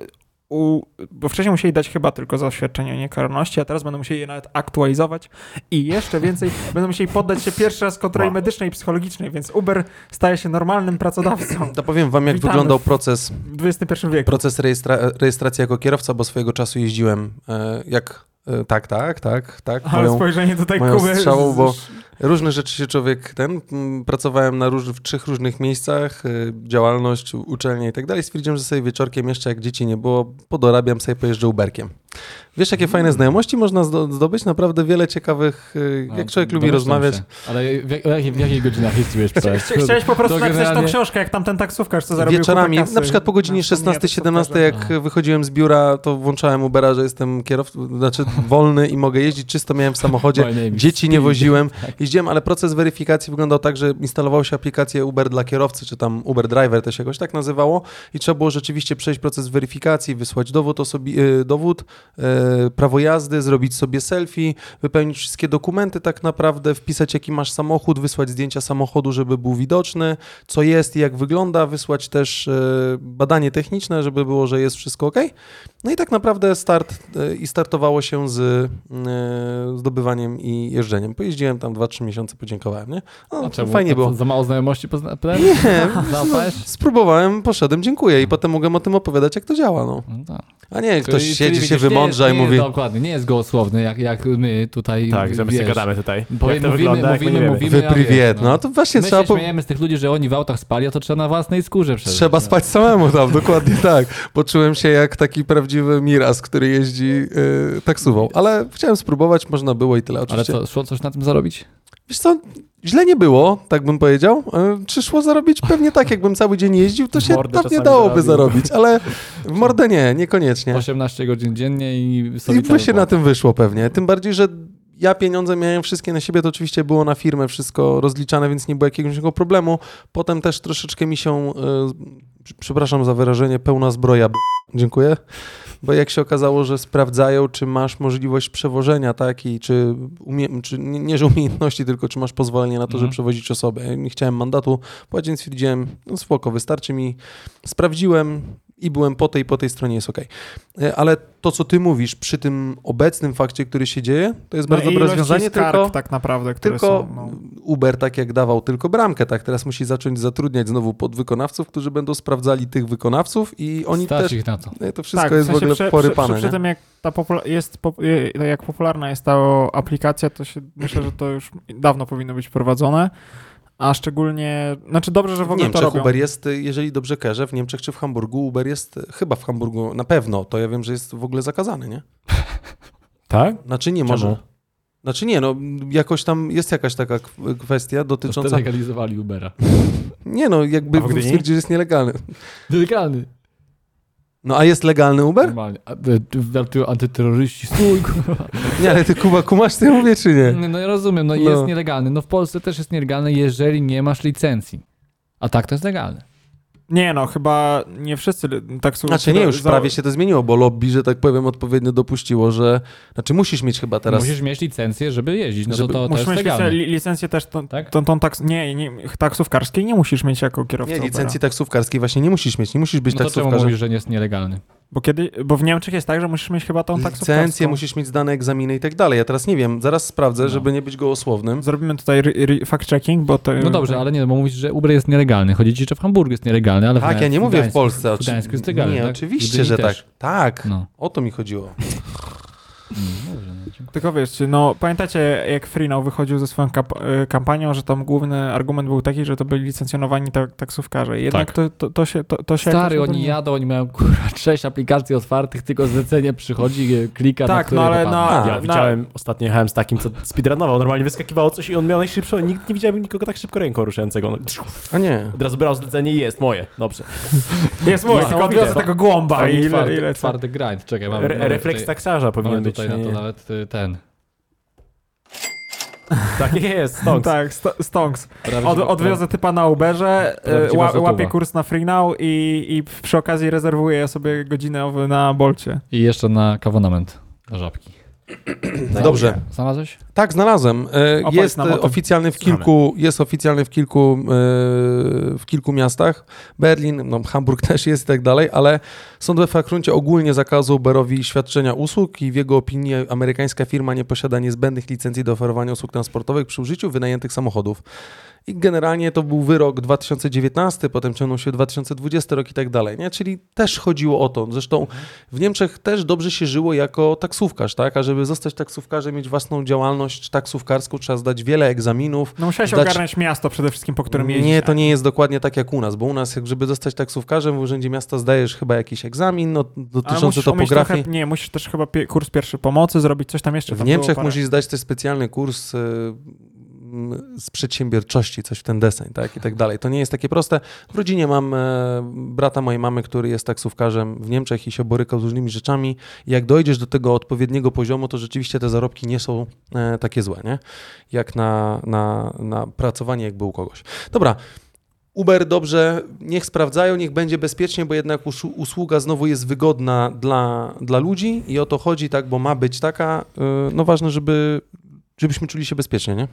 D: u, bo wcześniej musieli dać chyba tylko zaświadczenie o niekarności, a teraz będą musieli je nawet aktualizować i jeszcze więcej, będą musieli poddać się pierwszy raz kontroli
C: Wow.
D: medycznej i psychologicznej, więc Uber staje się normalnym pracodawcą
B: To powiem wam, jak
D: Witamy
B: wyglądał
D: w-
B: proces
D: w XXI wieku.
B: proces rejestra rejestracji jako kierowca, bo swojego czasu jeździłem e, jak e, tak, tak, tak, tak.
D: Ale
B: moją-
D: spojrzenie tutaj
B: moją
D: Kuby... z-
B: strzałą, bo-
D: z-
B: Różne rzeczy się człowiek ten. mm, Pracowałem na róż, w trzech różnych miejscach, y, działalność, u- uczelnia i tak dalej. Stwierdziłem, że sobie wieczorkiem, jeszcze jak dzieci nie było, podorabiam sobie, pojeżdżę Uberkiem. Wiesz, jakie fajne
D: Mm.
B: znajomości można zdo- zdobyć? Naprawdę wiele ciekawych, y,
C: No,
D: No,
B: jak człowiek lubi
A: domyślam
B: rozmawiać.
A: Się. Ale w, jak, w jakich godzinach jest wiesz,
D: Chcia- Chciałeś po prostu
A: To
D: napisać tą
A: generalnie-
D: książkę, jak tamten taksówkarz, co zarobił
B: Wieczorami,
D: kupę kasy
B: na przykład po godzinie
D: na wspomnienie No.
B: 16-17,
D: taksówkarza.
B: jak
A: Aha.
B: wychodziłem z biura, to włączałem Ubera, że jestem kierowcą, znaczy wolny i mogę jeździć, czysto miałem w samochodzie. Dzieci nie woziłem, jeździłem, ale proces weryfikacji wyglądał tak, że instalowało się aplikację Uber dla kierowcy, czy tam Uber Driver to się jakoś tak nazywało i trzeba było rzeczywiście przejść proces weryfikacji, wysłać dowód, osobi- y, dowód y, prawo jazdy, zrobić sobie selfie, wypełnić wszystkie dokumenty tak naprawdę, wpisać jaki masz samochód, wysłać zdjęcia samochodu, żeby był widoczny, co jest i jak wygląda, wysłać też y, badanie techniczne, żeby było, że jest wszystko ok. No i tak naprawdę start y, i startowało się z y, zdobywaniem i jeżdżeniem. Pojeździłem tam 2-3 miesiące, podziękowałem, nie? No, fajnie było.
A: Za mało znajomości poznałem?
B: Nie,
A: Załapałeś?
B: spróbowałem, poszedłem, dziękuję i potem mogłem o tym opowiadać, jak to działa, no.
A: No tak.
B: A nie, ktoś
A: Czyli-
B: siedzi
A: czyli
B: się
A: widzisz, nie
B: mądrze i
A: jest, nie
B: mówi.
A: Jest, dokładnie, nie jest gołosłowny, jak, jak my tutaj.
C: Tak, że my się
A: wiesz,
C: gadamy tutaj.
A: Bo
C: jak to
A: mówimy,
C: wygląda, jak my
A: mówimy,
C: nie wiemy.
A: mówimy.
B: Wy
A: a wiesz,
B: priwiet.
A: no.
B: No to właśnie
A: My
B: trzeba
A: się
B: po...
A: śmiejemy z tych ludzi, że oni w autach spali, a to trzeba na własnej skórze przeżyć.
B: Trzeba
A: no.
B: spać samemu tam, dokładnie tak. Poczułem się jak taki prawdziwy Miraz, który jeździ yy, taksówą. Ale chciałem spróbować, można było i tyle
A: Ale
B: oczywiście.
A: co, szło coś na tym zarobić?
B: Wiesz co, źle nie było, tak bym powiedział. E, Czy szło zarobić? Pewnie tak, jakbym cały dzień jeździł, to
C: W
B: się
C: mordę
B: pewnie
C: czasami
B: dałoby
C: zarobił.
B: zarobić, ale w mordę nie, niekoniecznie.
A: 18 godzin dziennie i
B: I
A: sobie
B: by się na tym wyszło pewnie. Tym bardziej, że ja pieniądze miałem wszystkie na siebie, to oczywiście było na firmę wszystko rozliczane, więc nie było jakiegoś większego problemu. Potem też troszeczkę mi się, e, przy- przepraszam za wyrażenie, pełna zbroja. b- Dziękuję. Bo jak się okazało, że sprawdzają, czy masz możliwość przewożenia, tak, i czy, umie- czy nie, nie, że umiejętności, tylko czy masz pozwolenie na to,
A: Mhm.
B: żeby przewozić osobę. Ja nie chciałem mandatu, później stwierdziłem, no spoko, wystarczy mi. Sprawdziłem i byłem po tej, po tej stronie, jest okej. E, Ale to, co ty mówisz przy tym obecnym fakcie, który się dzieje, to jest
D: No
B: bardzo
D: i
B: dobre
D: ilości
B: rozwiązanie,
D: skarg
B: tylko...
D: tak naprawdę, które
B: Tylko
D: są. No.
B: Uber, tak jak dawał tylko bramkę, tak teraz musi zacząć zatrudniać znowu podwykonawców, którzy będą sprawdzali tych wykonawców i oni
A: Stać
B: też. E,
A: ich na to.
B: To wszystko
D: tak,
B: jest
D: w, sensie
B: w ogóle
D: przy,
B: porypane.
D: Przy, przy,
B: nie?
D: przy tym jak, ta popula- jest pop- je- jak popularna jest ta aplikacja, to się, myślę, że to już dawno powinno być wprowadzone. A szczególnie, znaczy dobrze, że w
B: W
D: ogóle to
B: Niemczech
D: robią.
B: Uber jest, y, jeżeli dobrze kojarzę, w Niemczech czy w Hamburgu, Uber jest y, chyba w Hamburgu na pewno, to ja wiem, że jest w ogóle zakazany, nie?
C: Tak?
B: Znaczy nie może. Znaczy nie, no jakoś tam jest jakaś taka k- kwestia
A: Wtedy
B: dotycząca...
A: legalizowali Ubera.
B: Nie no, jakby
C: A w Gdyni?
B: stwierdził, że jest nielegalny.
A: Legalny.
B: No a jest legalny Uber?
A: Normalnie. A, e, ty- a ty- Antyterroryści, stój, kurwa.
B: Nie, ale ty Kuba, kumasz, ty mówię czy nie?
A: No ja rozumiem, no,
B: No.
A: jest nielegalny. No w Polsce też jest nielegalny, jeżeli nie masz licencji. A tak to jest legalne.
D: Nie no, chyba nie wszyscy li- tak są.
B: Znaczy nie, już prawie się to zmieniło, bo lobby, że tak powiem, odpowiednio dopuściło, że... Znaczy musisz mieć chyba teraz...
A: Musisz mieć licencję, żeby jeździć. No
B: Żeby-
A: to, to, to jest
D: Musimy mieć
A: legalne.
D: li- licencję też, tą,
A: Tak?
D: tą, tą taks- nie, nie, taksówkarskiej nie musisz mieć jako kierowca
B: Nie, licencji
D: Ubera.
B: taksówkarskiej właśnie nie musisz mieć, nie musisz być
A: No to czemu
B: taksówkarzem.
A: mówisz, że nie jest nielegalny?
D: Bo, kiedy, bo w Niemczech jest tak, że musisz mieć chyba tą taksówkarską.
B: Licencję, musisz mieć zdane egzaminy i tak dalej. Ja teraz nie wiem, zaraz sprawdzę,
A: No.
B: żeby nie być gołosłownym.
D: Zrobimy tutaj re- re- fact-checking, bo to...
A: No dobrze, ale nie, no bo mówisz, że Uber jest nielegalny. Chodzi ci, że w Hamburgu jest nielegalny, ale w
B: Tak, ja
A: Gdańsku-
B: nie mówię w
A: Gdańsku-
B: Polsce.
A: w Gdańsku jest legalny,
B: Nie,
A: tak? W
B: oczywiście,
A: Gdyni
B: że
A: też.
B: tak. Tak,
A: No.
B: o to mi chodziło.
D: Tylko wiesz, no pamiętacie jak Freenow wychodził ze swoją kap- y, kampanią, że tam główny argument był taki, że to byli licencjonowani ta- taksówkarze. Jednak
A: Tak.
D: to, to, to się to, to się
A: Stary,
D: jakoś
A: oni
D: nie-
A: jadą, oni mają kurwa sześć aplikacji otwartych, tylko zlecenie przychodzi, je- klika na
D: Tak,
A: które
D: no ale
A: dopadnie.
D: na,
B: A,
C: Ja
D: na,
C: widziałem, ostatnio jechałem z takim, co speedrunował. Normalnie wyskakiwało coś i on miał najszybszą. Nigdy nie widziałem nikogo tak szybko ręką ruszającego. On
B: A nie.
C: Od razu brał zlecenie i jest moje. Dobrze.
D: Jest mój, tylko
C: Niesamowite.
D: odwiozę tego głąba i
A: Fajny,
D: ile,
A: No, twardy,
D: ile co.
A: twardy grind. Czekaj, mam,
C: Re,
A: mamy
C: refleks
A: tutaj,
C: taksarza powinien
A: mamy
C: być.
A: tutaj na
C: nie?
A: to nawet y, ten.
C: Tak jest, stąd.
D: Tak, sto- stonks.
A: Prawie
D: Od,
A: się- no.
D: odwiozę typa na Uberze, y,
A: Prawdziwa
D: ła,
A: złotówa.
D: łapię kurs na Freenow i, i przy okazji rezerwuję sobie godzinę w- na Bolcie.
A: I jeszcze na kawonament na żabki.
B: Dobrze.
A: Znalazłeś?
B: Tak, znalazłem. E,
D: Opowiedz
B: Jest
D: nam o
B: e,
D: tym.
B: oficjalny w kilku, jest oficjalny w kilku, e, w kilku miastach. Berlin, no, Hamburg też jest i tak dalej, ale sąd we Frankfurcie ogólnie zakazał Uberowi świadczenia usług i w jego opinii amerykańska firma nie posiada niezbędnych licencji do oferowania usług transportowych przy użyciu wynajętych samochodów. I generalnie to był wyrok 2019, potem ciągnął się 2020 rok i tak dalej, nie? Czyli też chodziło o to. Zresztą w Niemczech też dobrze się żyło jako taksówkarz, tak? A żeby zostać taksówkarzem, mieć własną działalność taksówkarską, trzeba zdać wiele egzaminów.
D: No musiałeś
B: Znaczy-
D: ogarnąć miasto przede wszystkim, po którym jeździsz.
B: Nie, to nie jest dokładnie tak jak u nas, bo u nas, jak żeby zostać taksówkarzem, w Urzędzie Miasta zdajesz chyba jakiś egzamin no,
D: Ale
B: dotyczący
D: musisz umieć
B: topografii.
D: Trochę, nie, musisz też chyba pie- kurs pierwszej pomocy, zrobić coś tam jeszcze.
B: W
D: tam było
B: Niemczech
D: parę-
B: musisz zdać też specjalny kurs y, m, z przedsiębiorczości, coś w ten deseń, tak i tak dalej. To nie jest takie proste. W rodzinie mam e, brata mojej mamy, który jest taksówkarzem w Niemczech i się borykał z różnymi rzeczami. I jak dojdziesz do tego odpowiedniego poziomu, to rzeczywiście te zarobki nie są e, takie złe, nie? Jak na, na, na pracowanie jakby u kogoś. Dobra. Uber dobrze, niech sprawdzają, niech będzie bezpiecznie, bo jednak usłu- usługa znowu jest wygodna dla, dla ludzi i o to chodzi, tak, bo ma być taka. y, No ważne, żeby, żebyśmy czuli się bezpiecznie, nie?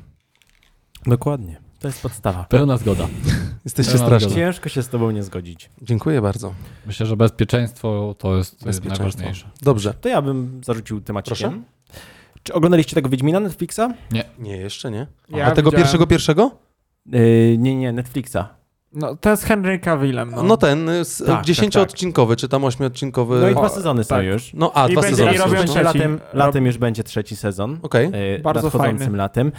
C: Dokładnie. To jest podstawa.
A: Pełna zgoda.
B: Jesteście
A: Ja mam
B: straszni.
A: zgodę.
C: Ciężko się z tobą nie zgodzić.
B: Dziękuję bardzo.
A: Myślę, że bezpieczeństwo to jest y,
B: Bezpieczeństwo.
A: najważniejsze.
B: Dobrze.
C: To ja bym zarzucił temacikiem.
B: Proszę?
C: Czy oglądaliście tego Wiedźmina Netflixa?
B: Nie, jeszcze nie.
D: Ja
B: A tego
D: widziałem-
B: pierwszego pierwszego?
C: Yy, nie, nie, Netflixa.
E: No, ten z Henry Cavillem. No.
B: No ten, y, s-
C: tak,
B: dziesięcioodcinkowy, czy tam ośmiodcinkowy.
C: No i dwa sezony są
E: tak.
C: już.
B: No a,
E: I
B: Yy, dwa
E: będzie-
B: sezony
E: i
B: są.
E: robią
B: już, no.
E: trzeci.
C: Latem, latem już będzie trzeci sezon.
B: Okej.
C: e,
E: Bardzo
C: nadchodzącym
E: fajny.
C: latem.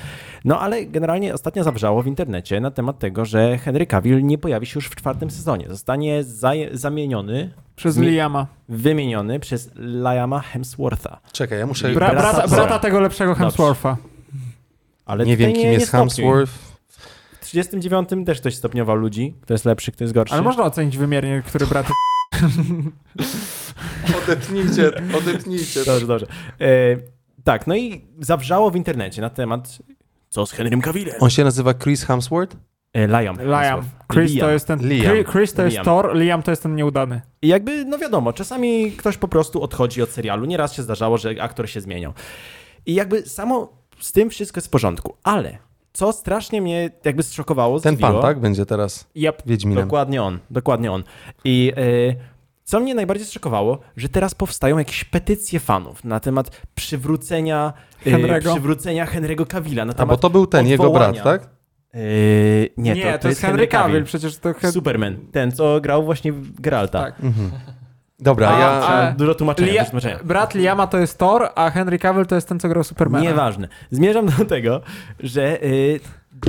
C: No ale generalnie ostatnio zawrzało w internecie na temat tego, że Henry Cavill nie pojawi się już w czwartym sezonie. Zostanie zaje- zamieniony,
E: Przez
C: Mi-
E: Liama.
C: wymieniony przez Liama Hemswortha.
B: Czekaj, ja muszę...
E: Bra,
C: brata
E: brata,
C: Thora.
E: brata tego lepszego
C: Dobrze.
E: Hemswortha.
C: Ale
B: nie wiem,
C: tutaj
B: kim jest
C: stopniuj.
B: Hemsworth.
C: W 39 też ktoś stopniował ludzi. Kto jest lepszy, kto jest gorszy.
E: Ale można ocenić wymiernie, który brat
B: Odetnijcie, odetnijcie.
C: Dobrze, dobrze. E, tak, no i zawrzało w internecie na temat co z Henrym Cavillem.
B: On się nazywa Chris Hemsworth?
C: E, Liam.
E: Liam.
C: Hemsworth.
E: Chris
C: Liam.
E: to jest ten.
B: Liam.
E: Chri- Chris to jest
C: Liam.
E: Thor, Liam to jest ten nieudany.
C: I jakby, no wiadomo, czasami ktoś po prostu odchodzi od serialu. Nieraz się zdarzało, że aktor się zmieniał. I jakby samo z tym wszystko jest w porządku, ale co strasznie mnie jakby zszokowało,
B: Ten
C: zdziwiło,
B: pan, tak? Będzie teraz
C: Yep.
B: Wiedźminem.
C: Dokładnie on, dokładnie on. I e, co mnie najbardziej zszokowało, że teraz powstają jakieś petycje fanów na temat przywrócenia e,
E: Henry'ego.
C: przywrócenia Henry'ego Cavilla, na
B: A
C: temat
B: bo to był ten, jego
C: odwołania.
B: brat, tak?
C: E, nie, to, to jest Henry Cavill.
E: przecież to Hen-
C: Superman, ten co grał właśnie w Geralta.
E: Tak.
B: Dobra,
E: A,
B: ja...
E: a-
C: Trzeba Dużo tłumaczenia,
E: Lia-
C: dużo tłumaczenia.
E: brat Liama to jest Thor, a Henry Cavill to jest ten, co grał Supermana.
C: Nieważne. Zmierzam do tego, że y,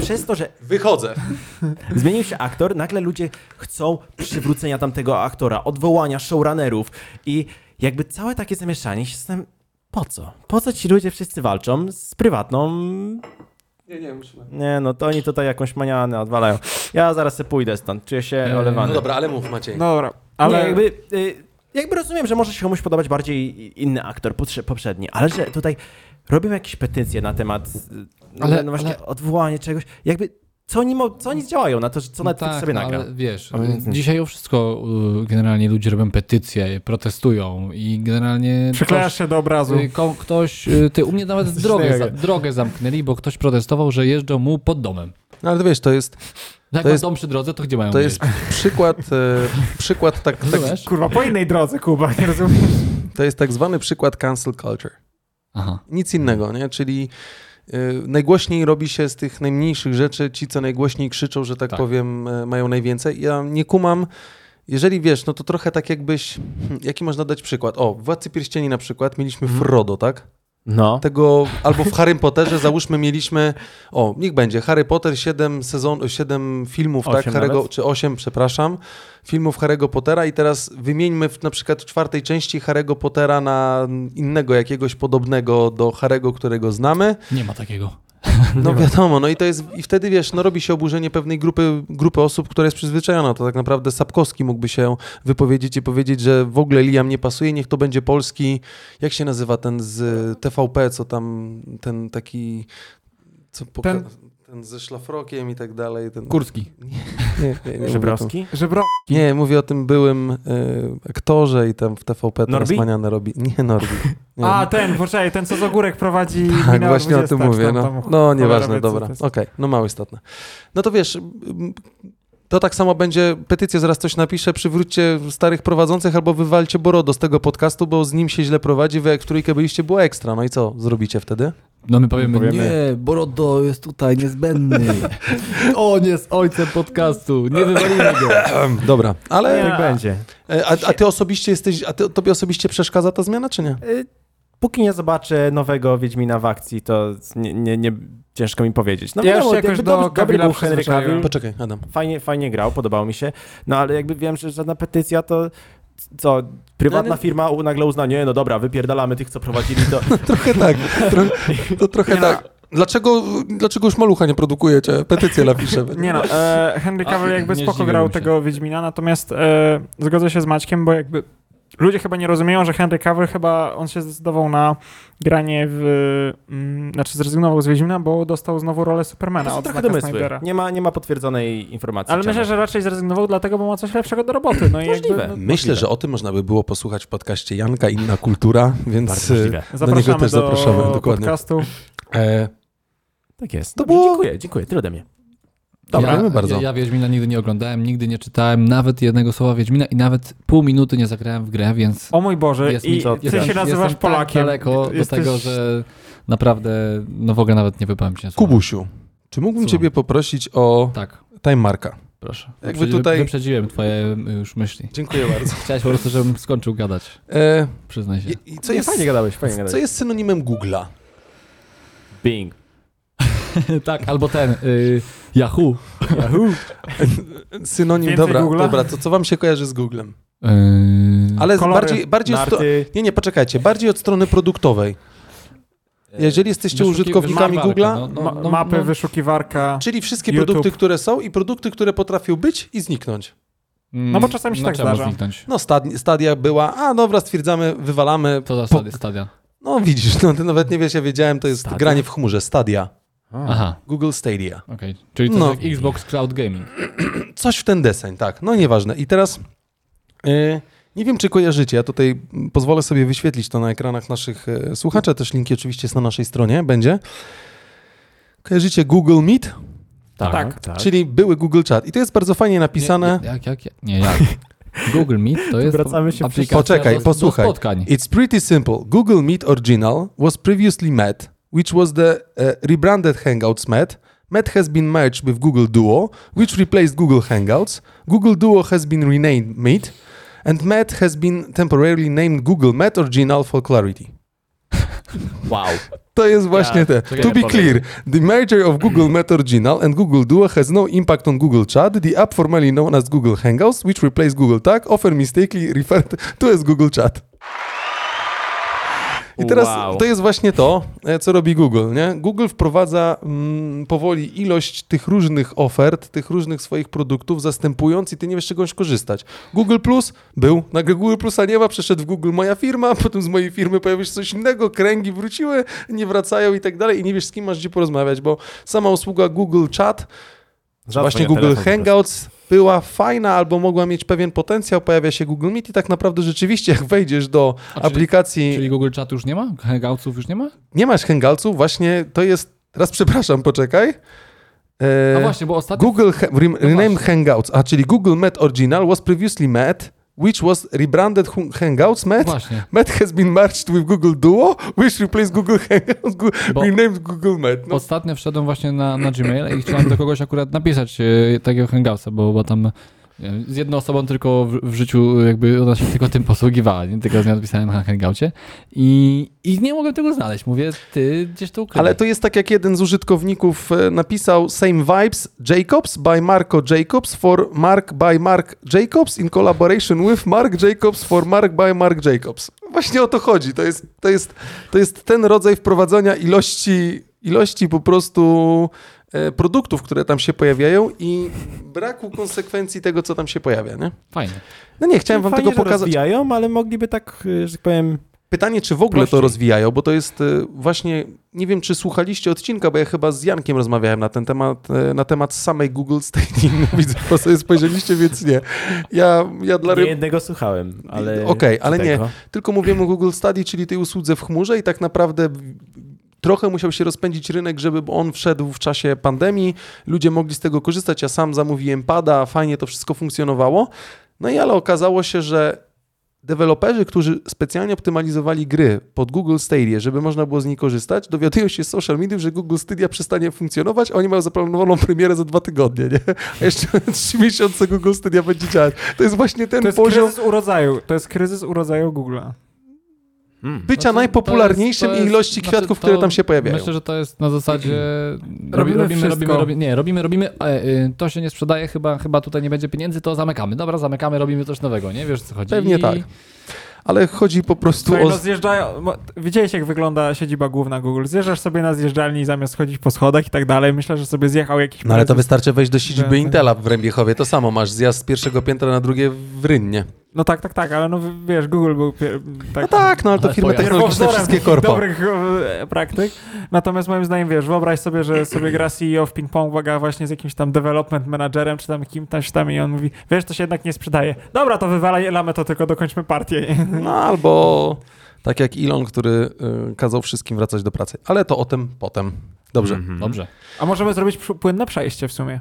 C: przez to, że
B: Wychodzę.
C: zmienił się aktor, nagle ludzie chcą przywrócenia tamtego aktora, odwołania showrunnerów i jakby całe takie zamieszanie się z po co? Po co ci ludzie wszyscy walczą z prywatną...
B: Nie, nie, musimy.
C: Nie, no to oni tutaj jakąś manianę odwalają. Ja zaraz se pójdę stąd, czuję się olewany.
B: No dobra, ale mów Maciej.
E: No dobra,
C: Ale
E: ale
C: nie, jakby, y, jakby rozumiem, że może się komuś podobać bardziej inny aktor potrze- poprzedni, ale że tutaj robią jakieś petycje na temat y, no,
A: Ale-
C: no właśnie
A: ale-
C: odwołanie czegoś, jakby co oni, mo- co oni działają na to, że co
A: No
C: Netflix sobie
A: no,
C: nagra.
A: Ale wiesz,
C: Ale nic, nic.
A: dzisiaj o wszystko y, generalnie ludzie robią petycje, protestują i generalnie...
E: przyklejasz się do obrazu.
A: Y, ko- Ktoś, y, ty, u mnie nawet drogę, za, drogę zamknęli, bo ktoś protestował, że jeżdżą mu pod domem.
B: No ale to wiesz, to jest,
A: No jak
B: To
A: to
B: jest-
A: dom przy drodze, to gdzie mają
B: to jest
A: jeździć?
B: przykład, e, przykład tak, tak,
A: Rozumiesz?
E: Kurwa, po innej drodze, Kuba, nie rozumiem.
B: to jest tak zwany przykład cancel culture.
A: Aha.
B: Nic innego, nie? Czyli e, najgłośniej robi się z tych najmniejszych rzeczy ci, co najgłośniej krzyczą, że tak,
A: Tak.
B: powiem, e, mają najwięcej. Ja nie kumam, jeżeli wiesz, no to trochę tak jakbyś, hmm, jaki można dać przykład? O, w Władcy Pierścieni na przykład mieliśmy Frodo, tak?
C: No.
B: Tego, albo w Harry Potterze załóżmy mieliśmy, o, niech będzie, Harry Potter 7 sezon, 7 filmów,
C: Osiem
B: tak? Harry'ego,
C: nawet?
B: czy 8, przepraszam, filmów Harry'ego Pottera i teraz wymieńmy w, na przykład w czwartej części Harry'ego Pottera na innego jakiegoś podobnego do Harry'ego, którego znamy.
A: Nie ma takiego.
B: No wiadomo, no i to jest, i wtedy wiesz, no robi się oburzenie pewnej grupy, grupy osób, która jest przyzwyczajona. To tak naprawdę Sapkowski mógłby się wypowiedzieć i powiedzieć, że w ogóle Liam nie pasuje, niech to będzie polski, jak się nazywa ten z TVP, co tam, ten taki, co poka- ten...
E: Ten-
B: ze szlafrokiem i tak dalej. Ten...
A: Kurski.
B: Nie, nie, nie, mówię o tym-
C: Żebrowski?
E: Żebro...
B: Nie, mówię o tym byłym y, aktorze i tam w TVP teraz
C: Norbi?
B: manianę robi. Nie Norbi. Nie, no.
E: A, ten, poczekaj, ten, co z ogórek prowadzi
B: Tak,
E: Minor
B: właśnie o
E: 20,
B: tym
E: czy
B: mówię.
E: tam,
B: No,
E: tam,
B: no
E: cholera wie,
B: nieważne,
E: co
B: dobra.
E: to
B: Okej,
E: jest.
B: no mało istotne. No to wiesz, m, to tak samo będzie, petycję zaraz ktoś napisze, przywróćcie starych prowadzących albo wywalcie Borodo z tego podcastu, bo z nim się źle prowadzi, wy jak w trójkę byliście, było ekstra. No i co zrobicie wtedy?
A: No my powiemy,
C: Powiemy-
A: nie, Borodo jest tutaj niezbędny. On jest ojcem podcastu, nie wywalimy go.
B: Dobra, ale
C: Tak będzie.
B: e, a, a ty osobiście jesteś, a ty, tobie osobiście przeszkadza ta zmiana, czy nie?
C: Póki nie zobaczę nowego Wiedźmina w akcji, to nie, nie, nie ciężko mi powiedzieć. No
E: Ja
C: wiadomo,
E: już się jakoś
C: jakby
E: do
C: dobry- dobry
E: Cavilla
C: był Henry
E: przyzwyczaiłem.
C: Cavill.
B: Poczekaj, Adam.
C: Fajnie, fajnie grał, podobało mi się. No ale jakby wiem, że żadna petycja to co, prywatna
B: No, no-
C: firma u- nagle uzna, nie, no dobra, wypierdalamy tych, co prowadzili to.
B: Trochę tak, tro, to trochę tak. Dlaczego, dlaczego już malucha nie produkujecie? Petycję napiszemy.
E: Nie no, e, Henry Cavill
A: A,
E: jakby
A: nie
E: spoko
A: zdziwiłem
E: grał
A: się.
E: tego Wiedźmina, natomiast e, zgodzę się z Maćkiem, bo jakby ludzie chyba nie rozumieją, że Henry Cavill chyba, on się zdecydował na granie w, mm, znaczy zrezygnował z Wiedźmina, bo dostał znowu rolę
C: To
E: Supermana
C: są
E: od
C: trochę
E: Zacka
C: domysły.
E: Snydera.
C: Nie ma, nie ma potwierdzonej informacji.
E: Ale
C: czemu.
E: myślę, że raczej zrezygnował dlatego, bo ma coś lepszego do roboty. No i
C: Możliwe.
E: jakby, no,
B: Myślę, że o tym można by było posłuchać w podcaście Janka Inna Kultura, więc
C: Bardzo
B: e,
C: możliwe.
E: no, zapraszamy
B: niego też
E: do
B: zapraszamy, dokładnie.
E: podcastu.
B: e,
C: Tak jest.
B: To
C: Dobrze,
B: było-
C: Dziękuję, dziękuję. Tyle ode mnie.
B: Dobra,
A: ja,
B: dziękuję bardzo.
A: Ja, ja Wiedźmina nigdy nie oglądałem, nigdy nie czytałem nawet jednego słowa Wiedźmina i nawet pół minuty nie zagrałem w grę, więc
E: O mój Boże,
A: jest mi
E: i
A: to-
E: ty się
A: jestem-
E: nazywasz
A: jestem
E: Polakiem.
A: tak daleko
E: Jesteś-
A: do tego, że naprawdę, no w ogóle nawet nie wypowiem się. na słowo.
B: Kubusiu, czy mógłbym
A: Słucham.
B: ciebie poprosić o
A: Tak.
B: Time Marka?
A: Proszę.
B: Jakby
A: Wyprzedziłem-
B: tutaj-
A: Wyprzedziłem twoje y, już myśli.
B: Dziękuję bardzo.
A: Chciałeś po prostu, żebym skończył gadać.
B: E,
A: Przyznaj się.
B: i- i co,
C: Nie,
B: jest,
C: fajnie gadałeś, fajnie
B: co
C: gadałeś.
B: jest synonimem Google'a?
C: Bing.
A: tak, albo ten, y, Yahoo.
B: Synonim,
E: Więcej
B: dobra,
E: Google'a?
B: dobra, to co wam się kojarzy z Googlem?
A: Y,
B: Ale z-
E: Kolory.
B: bardziej, bardziej od sto...
C: Narty.
B: Nie, nie, poczekajcie, bardziej od strony produktowej. Jeżeli jesteście
A: wyszuki-
B: użytkownikami
A: wyszukiwarka,
B: Google'a,
A: no, no,
E: Ma-
A: no,
E: mapy,
A: no.
E: wyszukiwarka.
B: czyli wszystkie
E: YouTube.
B: produkty, które są i produkty, które potrafią być i zniknąć.
A: Mm,
E: No bo czasami się
A: no
E: tak
A: trzeba
E: zdarza.
A: Zniknąć.
B: No stadia, stadia była, a dobra, stwierdzamy, wywalamy.
A: To za stadia. stadia.
B: No widzisz, no ty nawet nie wiesz, ja wiedziałem, to jest
C: Stadia?
B: granie w chmurze, stadia.
A: Aha,
B: Google Stadia.
A: okej. Czyli to
B: No.
A: jest jak Xbox Cloud Gaming.
B: Coś w ten deseń, tak. No nieważne. I teraz e, nie wiem, czy kojarzycie. Ja tutaj mm, pozwolę sobie wyświetlić to na ekranach naszych e, słuchaczy. Też linki oczywiście jest na naszej stronie, będzie. Kojarzycie Google Meet,
C: Tak, tak.
B: czyli były Google Chat. I to jest bardzo fajnie napisane.
A: Nie, nie, jak, jak, jak? Nie, jak? Google Meet to jest
C: wracamy się
A: aplikacja
B: Poczekaj,
A: do,
B: posłuchaj.
A: do spotkań.
B: It's pretty simple. Google Meet Original was previously Met, which was the e, rebranded Hangouts Met. Met has been merged with Google Duo, which replaced Google Hangouts. Google Duo has been renamed Meet, and Met has been temporarily named Google Met Original for clarity.
C: Wow.
B: To jest właśnie
C: Ja-
B: te.
C: czekaj,
B: to
C: ja
B: be
C: powiem.
B: clear, the merger of Google Met Original and Google Duo has no impact on Google Chat. The app formerly known as Google Hangouts, which replaced Google Tag, often mistakenly referred to as Google Chat. I teraz
C: Wow.
B: to jest właśnie to, e, co robi Google. Nie? Google wprowadza mm, powoli ilość tych różnych ofert, tych różnych swoich produktów, zastępując i ty nie wiesz czegoś korzystać. Google Plus był, nagle Google Plusa nie ma, przeszedł w Google moja firma, potem z mojej firmy pojawił się coś innego, kręgi wróciły, nie wracają i tak dalej i nie wiesz z kim masz gdzie porozmawiać, bo sama usługa Google Chat
C: Rzadko
B: Właśnie
C: miałem
B: Google
C: telefon po prostu.
B: Hangouts była fajna albo mogła mieć pewien potencjał, pojawia się Google Meet i tak naprawdę rzeczywiście jak wejdziesz do
A: A czyli-
B: aplikacji,
A: Czyli Google Chat już nie ma? Hangoutsów już nie ma?
B: nie masz Hangoutsów, właśnie to jest, teraz przepraszam, poczekaj.
A: No
B: E,
A: właśnie, bo ostatnio...
B: Google ha- re, rename
A: właśnie.
B: Hangouts, a czyli Google Met Original was previously Met, which was rebranded hu- Hangouts Met.
A: Właśnie,
B: Met has been merged with Google Duo, which replaced Google Hangouts, gu,
A: Bo-
B: renamed Google Met. No,
A: ostatnio wszedłem właśnie na, na Gmail i chciałem do kogoś akurat napisać e, takiego Hangoutsa, bo, bo tam e, z jedną osobą tylko w, w życiu e, jakby ona się tylko tym posługiwała, nie? tylko z nią napisałem na Hangoucie i, i nie mogłem tego znaleźć. Mówię, ty gdzieś to ukryłeś.
B: Ale to jest tak, jak jeden z użytkowników e, napisał Same Vibes Jacobs by Marco Jacobs for Mark by Mark Jacobs in collaboration with Mark Jacobs for Mark by Mark Jacobs. Właśnie o to chodzi. To jest, to jest, to jest ten rodzaj wprowadzania ilości, ilości po prostu e, produktów, które tam się pojawiają i braku konsekwencji tego, co tam się pojawia, nie?
A: Fajnie.
B: No nie, chciałem wam
C: Fajnie,
B: tego
C: że
B: pokazać.
C: rozwijają, ale mogliby tak, y, że tak powiem...
B: Pytanie, czy w ogóle
C: Prościej.
B: to rozwijają, bo to jest e, właśnie, nie wiem, czy słuchaliście odcinka, bo ja chyba z Jankiem rozmawiałem na ten temat, e, na temat samej Google Stadia. No, widzę, po sobie spojrzeliście, więc nie. Ja, ja dla
C: Nie
B: ryb...
C: jednego słuchałem, ale...
B: Okej, ale
C: czy
B: nie.
C: tego?
B: Tylko mówimy o Google Stadia, czyli tej usłudze w chmurze i tak naprawdę trochę musiał się rozpędzić rynek, żeby on wszedł w czasie pandemii, ludzie mogli z tego korzystać, ja sam zamówiłem pada, fajnie to wszystko funkcjonowało. No i ale okazało się, że deweloperzy, którzy specjalnie optymalizowali gry pod Google Stadia, żeby można było z nich korzystać, dowiadują się z social mediów, że Google Stadia przestanie funkcjonować, a oni mają zaplanowaną premierę za dwa tygodnie, nie? A jeszcze trzy miesiące Google Stadia będzie działać. To jest właśnie ten
E: To jest
B: poziom...
E: kryzys urodzaju. To jest kryzys urodzaju Google'a.
C: Mm.
B: bycia
A: Znaczy,
B: najpopularniejszym
A: to jest-
B: i ilości
A: znaczy,
B: kwiatków,
A: to
B: które tam się pojawiają.
A: Myślę, że to jest na zasadzie.
D: Robimy
A: robimy,
D: wszystko.
A: robimy, robimy. Nie, robimy, robimy. E, e, to się nie sprzedaje, chyba, chyba tutaj nie będzie pieniędzy, to zamykamy. Dobra, zamykamy, robimy coś nowego, nie wiesz o co chodzi.
B: Pewnie
A: I-
B: tak. Ale chodzi po prostu
E: Słuchaj,
B: o...
E: no zjeżdżają, mo- widziałeś jak wygląda siedziba główna Google. Zjeżdżasz sobie na zjeżdżalni zamiast chodzić po schodach i tak dalej. Myślę, że sobie zjechał jakiś
B: No ale to
E: prezes.
B: wystarczy wejść do
E: siedziby
B: siedziby
E: Tak, tak.
B: Intela
E: Intela
B: w Rębiechowie, to samo masz zjazd z pierwszego piętra na drugie w Rynnie.
E: No tak, tak, tak, ale no w- wiesz, Google był pier... tak,
B: No tak, no ale to
A: Ale
B: firmy
A: pojazd.
B: technologiczne
E: pierwowzorem
B: wszystkie korpo.
E: dobrych e, praktyk. Natomiast moim zdaniem, wiesz, wyobraź sobie, że sobie gra CEO w ping-pong, uwaga, właśnie z jakimś tam development managerem, czy tam kim tam, tam i on mówi, wiesz, to się jednak nie sprzedaje. Dobra, to wywalamy to, tylko dokończmy partię.
B: No albo tak jak Elon, który y, kazał wszystkim wracać do pracy. Ale to o tym potem. Dobrze.
C: Mhm.
A: Dobrze.
E: A możemy zrobić przy- płynne przejście w sumie.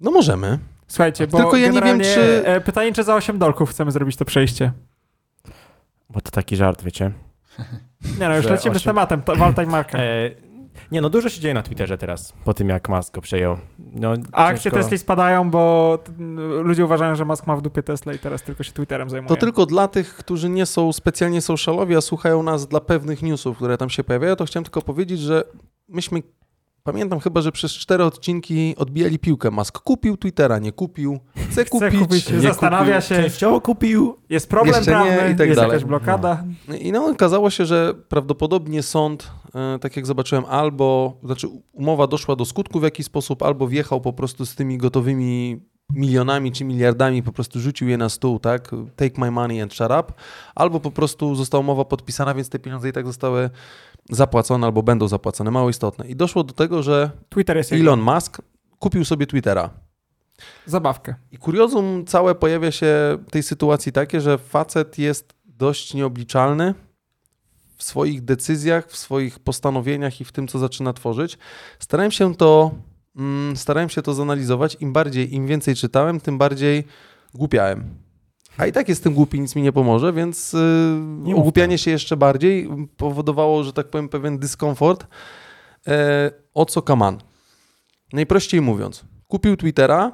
B: No możemy.
E: Słuchajcie, bo
B: Tylko ja nie wiem,
E: generalnie,
B: czy-
E: e, Pytanie, czy za 8 dolków chcemy zrobić to przejście.
C: Bo to taki żart, wiecie.
E: Nie no, już
C: Że
E: no, lecimy z
C: osiem.
E: tematem, to, waltaj markę.
C: E, Nie no, dużo się dzieje na Twitterze teraz, po tym jak Musk go przejął. No,
E: A akcje
C: ciężko-
E: Tesli spadają, bo t- n- ludzie uważają, że Musk ma w dupie Tesla i teraz tylko się Twitterem zajmuje.
B: To tylko dla tych, którzy nie są specjalnie socialowi, a słuchają nas dla pewnych newsów, które tam się pojawiają, to chciałem tylko powiedzieć, że myśmy, pamiętam chyba, że przez cztery odcinki odbijali piłkę. Mask kupił Twittera, nie kupił, chce kupić,
E: kupić,
B: nie
E: zastanawia się.
C: Częściowo kupił.
E: Jest problem
B: Jeszcze nie
E: prawny,
B: i tak
E: jest
B: dalej.
E: jakaś blokada.
B: kupił. I no, okazało się, że prawdopodobnie sąd, e, tak jak zobaczyłem, albo, znaczy umowa doszła do skutku w jakiś sposób, albo wjechał po prostu z tymi gotowymi milionami czy miliardami, po prostu rzucił je na stół, tak? Take my money and shut up. Albo po prostu została umowa podpisana, więc te pieniądze i tak zostały zapłacone albo będą zapłacone, mało istotne. I doszło do tego, że
E: Twitter jest jego
B: Elon Musk kupił sobie Twittera.
E: zabawkę.
B: I kuriozum całe pojawia się w tej sytuacji takie, że facet jest dość nieobliczalny w swoich decyzjach, w swoich postanowieniach i w tym, co zaczyna tworzyć. Starałem się to, mm, starałem się to zanalizować. Im bardziej, im więcej czytałem, tym bardziej głupiałem. A i tak jestem głupi, nic mi nie pomoże, więc yy,
C: mów
B: ogłupianie się jeszcze bardziej powodowało, że tak powiem, pewien dyskomfort. E, o co kaman? Najprościej mówiąc, kupił Twittera,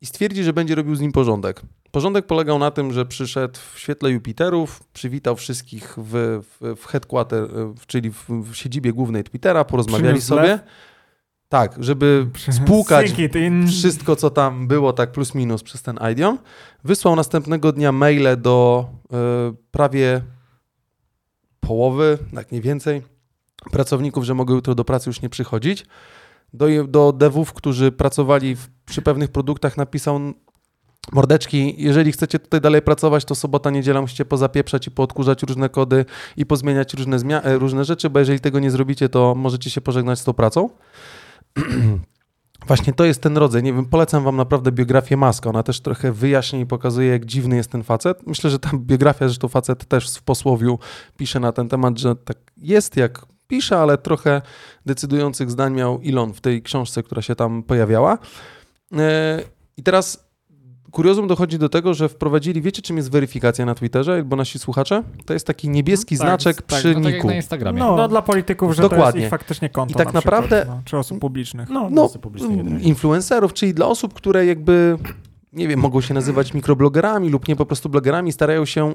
B: i stwierdzi, że będzie robił z nim porządek. Porządek polegał na tym, że przyszedł w świetle Jupiterów, przywitał wszystkich w, w, w headquarter, e, w- czyli w, w siedzibie głównej Twittera, porozmawiali
E: Przyniósł
B: sobie.
E: lew?
B: Tak, żeby spłukać
E: Syki, ty
D: Mm.
E: in...
B: wszystko, co tam było, tak plus minus przez ten idiom. Wysłał następnego dnia maile do e, prawie połowy, tak nie więcej, pracowników, że mogą jutro do pracy już nie przychodzić. Do, je- do devów, którzy pracowali w, przy pewnych produktach, napisał mordeczki, jeżeli chcecie tutaj dalej pracować, to sobota, niedziela musicie pozapieprzać i poodkurzać różne kody i pozmieniać różne, zmia- e, różne rzeczy, bo jeżeli tego nie zrobicie, to możecie się pożegnać z tą pracą. Właśnie to jest ten rodzaj. Nie wiem, polecam wam naprawdę biografię Maska. Ona też trochę wyjaśnia i pokazuje, jak dziwny jest ten facet. Myślę, że ta biografia, zresztą facet też w posłowiu pisze na ten temat, że tak jest jak pisze, ale trochę decydujących zdań miał Elon w tej książce, która się tam pojawiała. E, I teraz kuriozum dochodzi do tego, że wprowadzili, wiecie czym jest weryfikacja na Twitterze, albo nasi słuchacze? To jest taki niebieski
E: Tak,
B: znaczek
E: tak,
B: przy
A: No tak jak
B: niku.
A: na Instagramie.
E: No, dla polityków, że to jest
B: Dokładnie.
E: ich faktycznie konto
B: I tak
E: na przykład,
B: naprawdę-
E: no, czy osób publicznych.
C: No,
B: No,
C: no. publicznej generalnie.
B: influencerów, czyli dla osób, które jakby, nie wiem, mogą się nazywać mikroblogerami lub nie po prostu blogerami, starają się,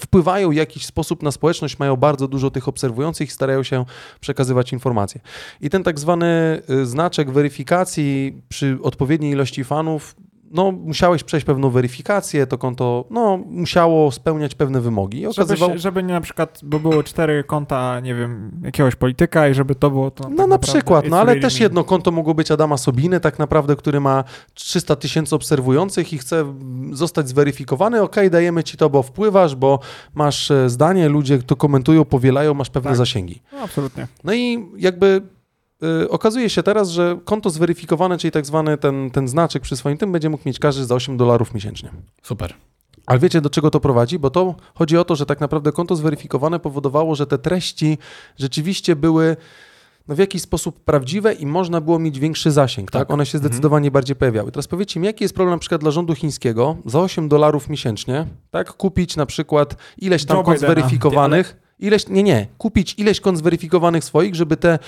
B: wpływają w jakiś sposób na społeczność, mają bardzo dużo tych obserwujących i starają się przekazywać informacje. I ten tak zwany y, znaczek weryfikacji przy odpowiedniej ilości fanów, no musiałeś przejść pewną weryfikację, to konto, no musiało spełniać pewne wymogi. I
E: Żeby,
B: okazywał,
E: się, żeby nie na przykład, bo były cztery konta, nie wiem, jakiegoś polityka i żeby to było to
B: No
E: tak
B: na
E: naprawdę
B: przykład,
E: it's
B: no ale
E: really
B: też
E: me.
B: jedno konto mogło być Adama Sobiny tak naprawdę, który ma 300 tysięcy obserwujących i chce mm, zostać zweryfikowany, okej, dajemy ci to, bo wpływasz, bo masz e, zdanie, ludzie to komentują, powielają, masz pewne
E: Tak.
B: zasięgi.
E: No, absolutnie.
B: No i jakby y, okazuje się teraz, że konto zweryfikowane, czyli tak zwany ten, ten znaczek przy swoim tym, będzie mógł mieć każdy za 8 dolarów miesięcznie.
A: Super.
B: Ale wiecie, do czego to prowadzi? Bo to chodzi o to, że tak naprawdę konto zweryfikowane powodowało, że te treści rzeczywiście były no, w jakiś sposób prawdziwe i można było mieć większy zasięg. Tak?
A: Tak.
B: One
E: Mhm.
B: się zdecydowanie bardziej pojawiały. Teraz powiedzcie mi, jaki jest problem na przykład dla rządu chińskiego za 8 dolarów miesięcznie tak? kupić na przykład ileś tam
E: Joe
B: kont
E: Bidena.
B: zweryfikowanych, ileś, nie, nie, kupić ileś kont zweryfikowanych swoich, żeby te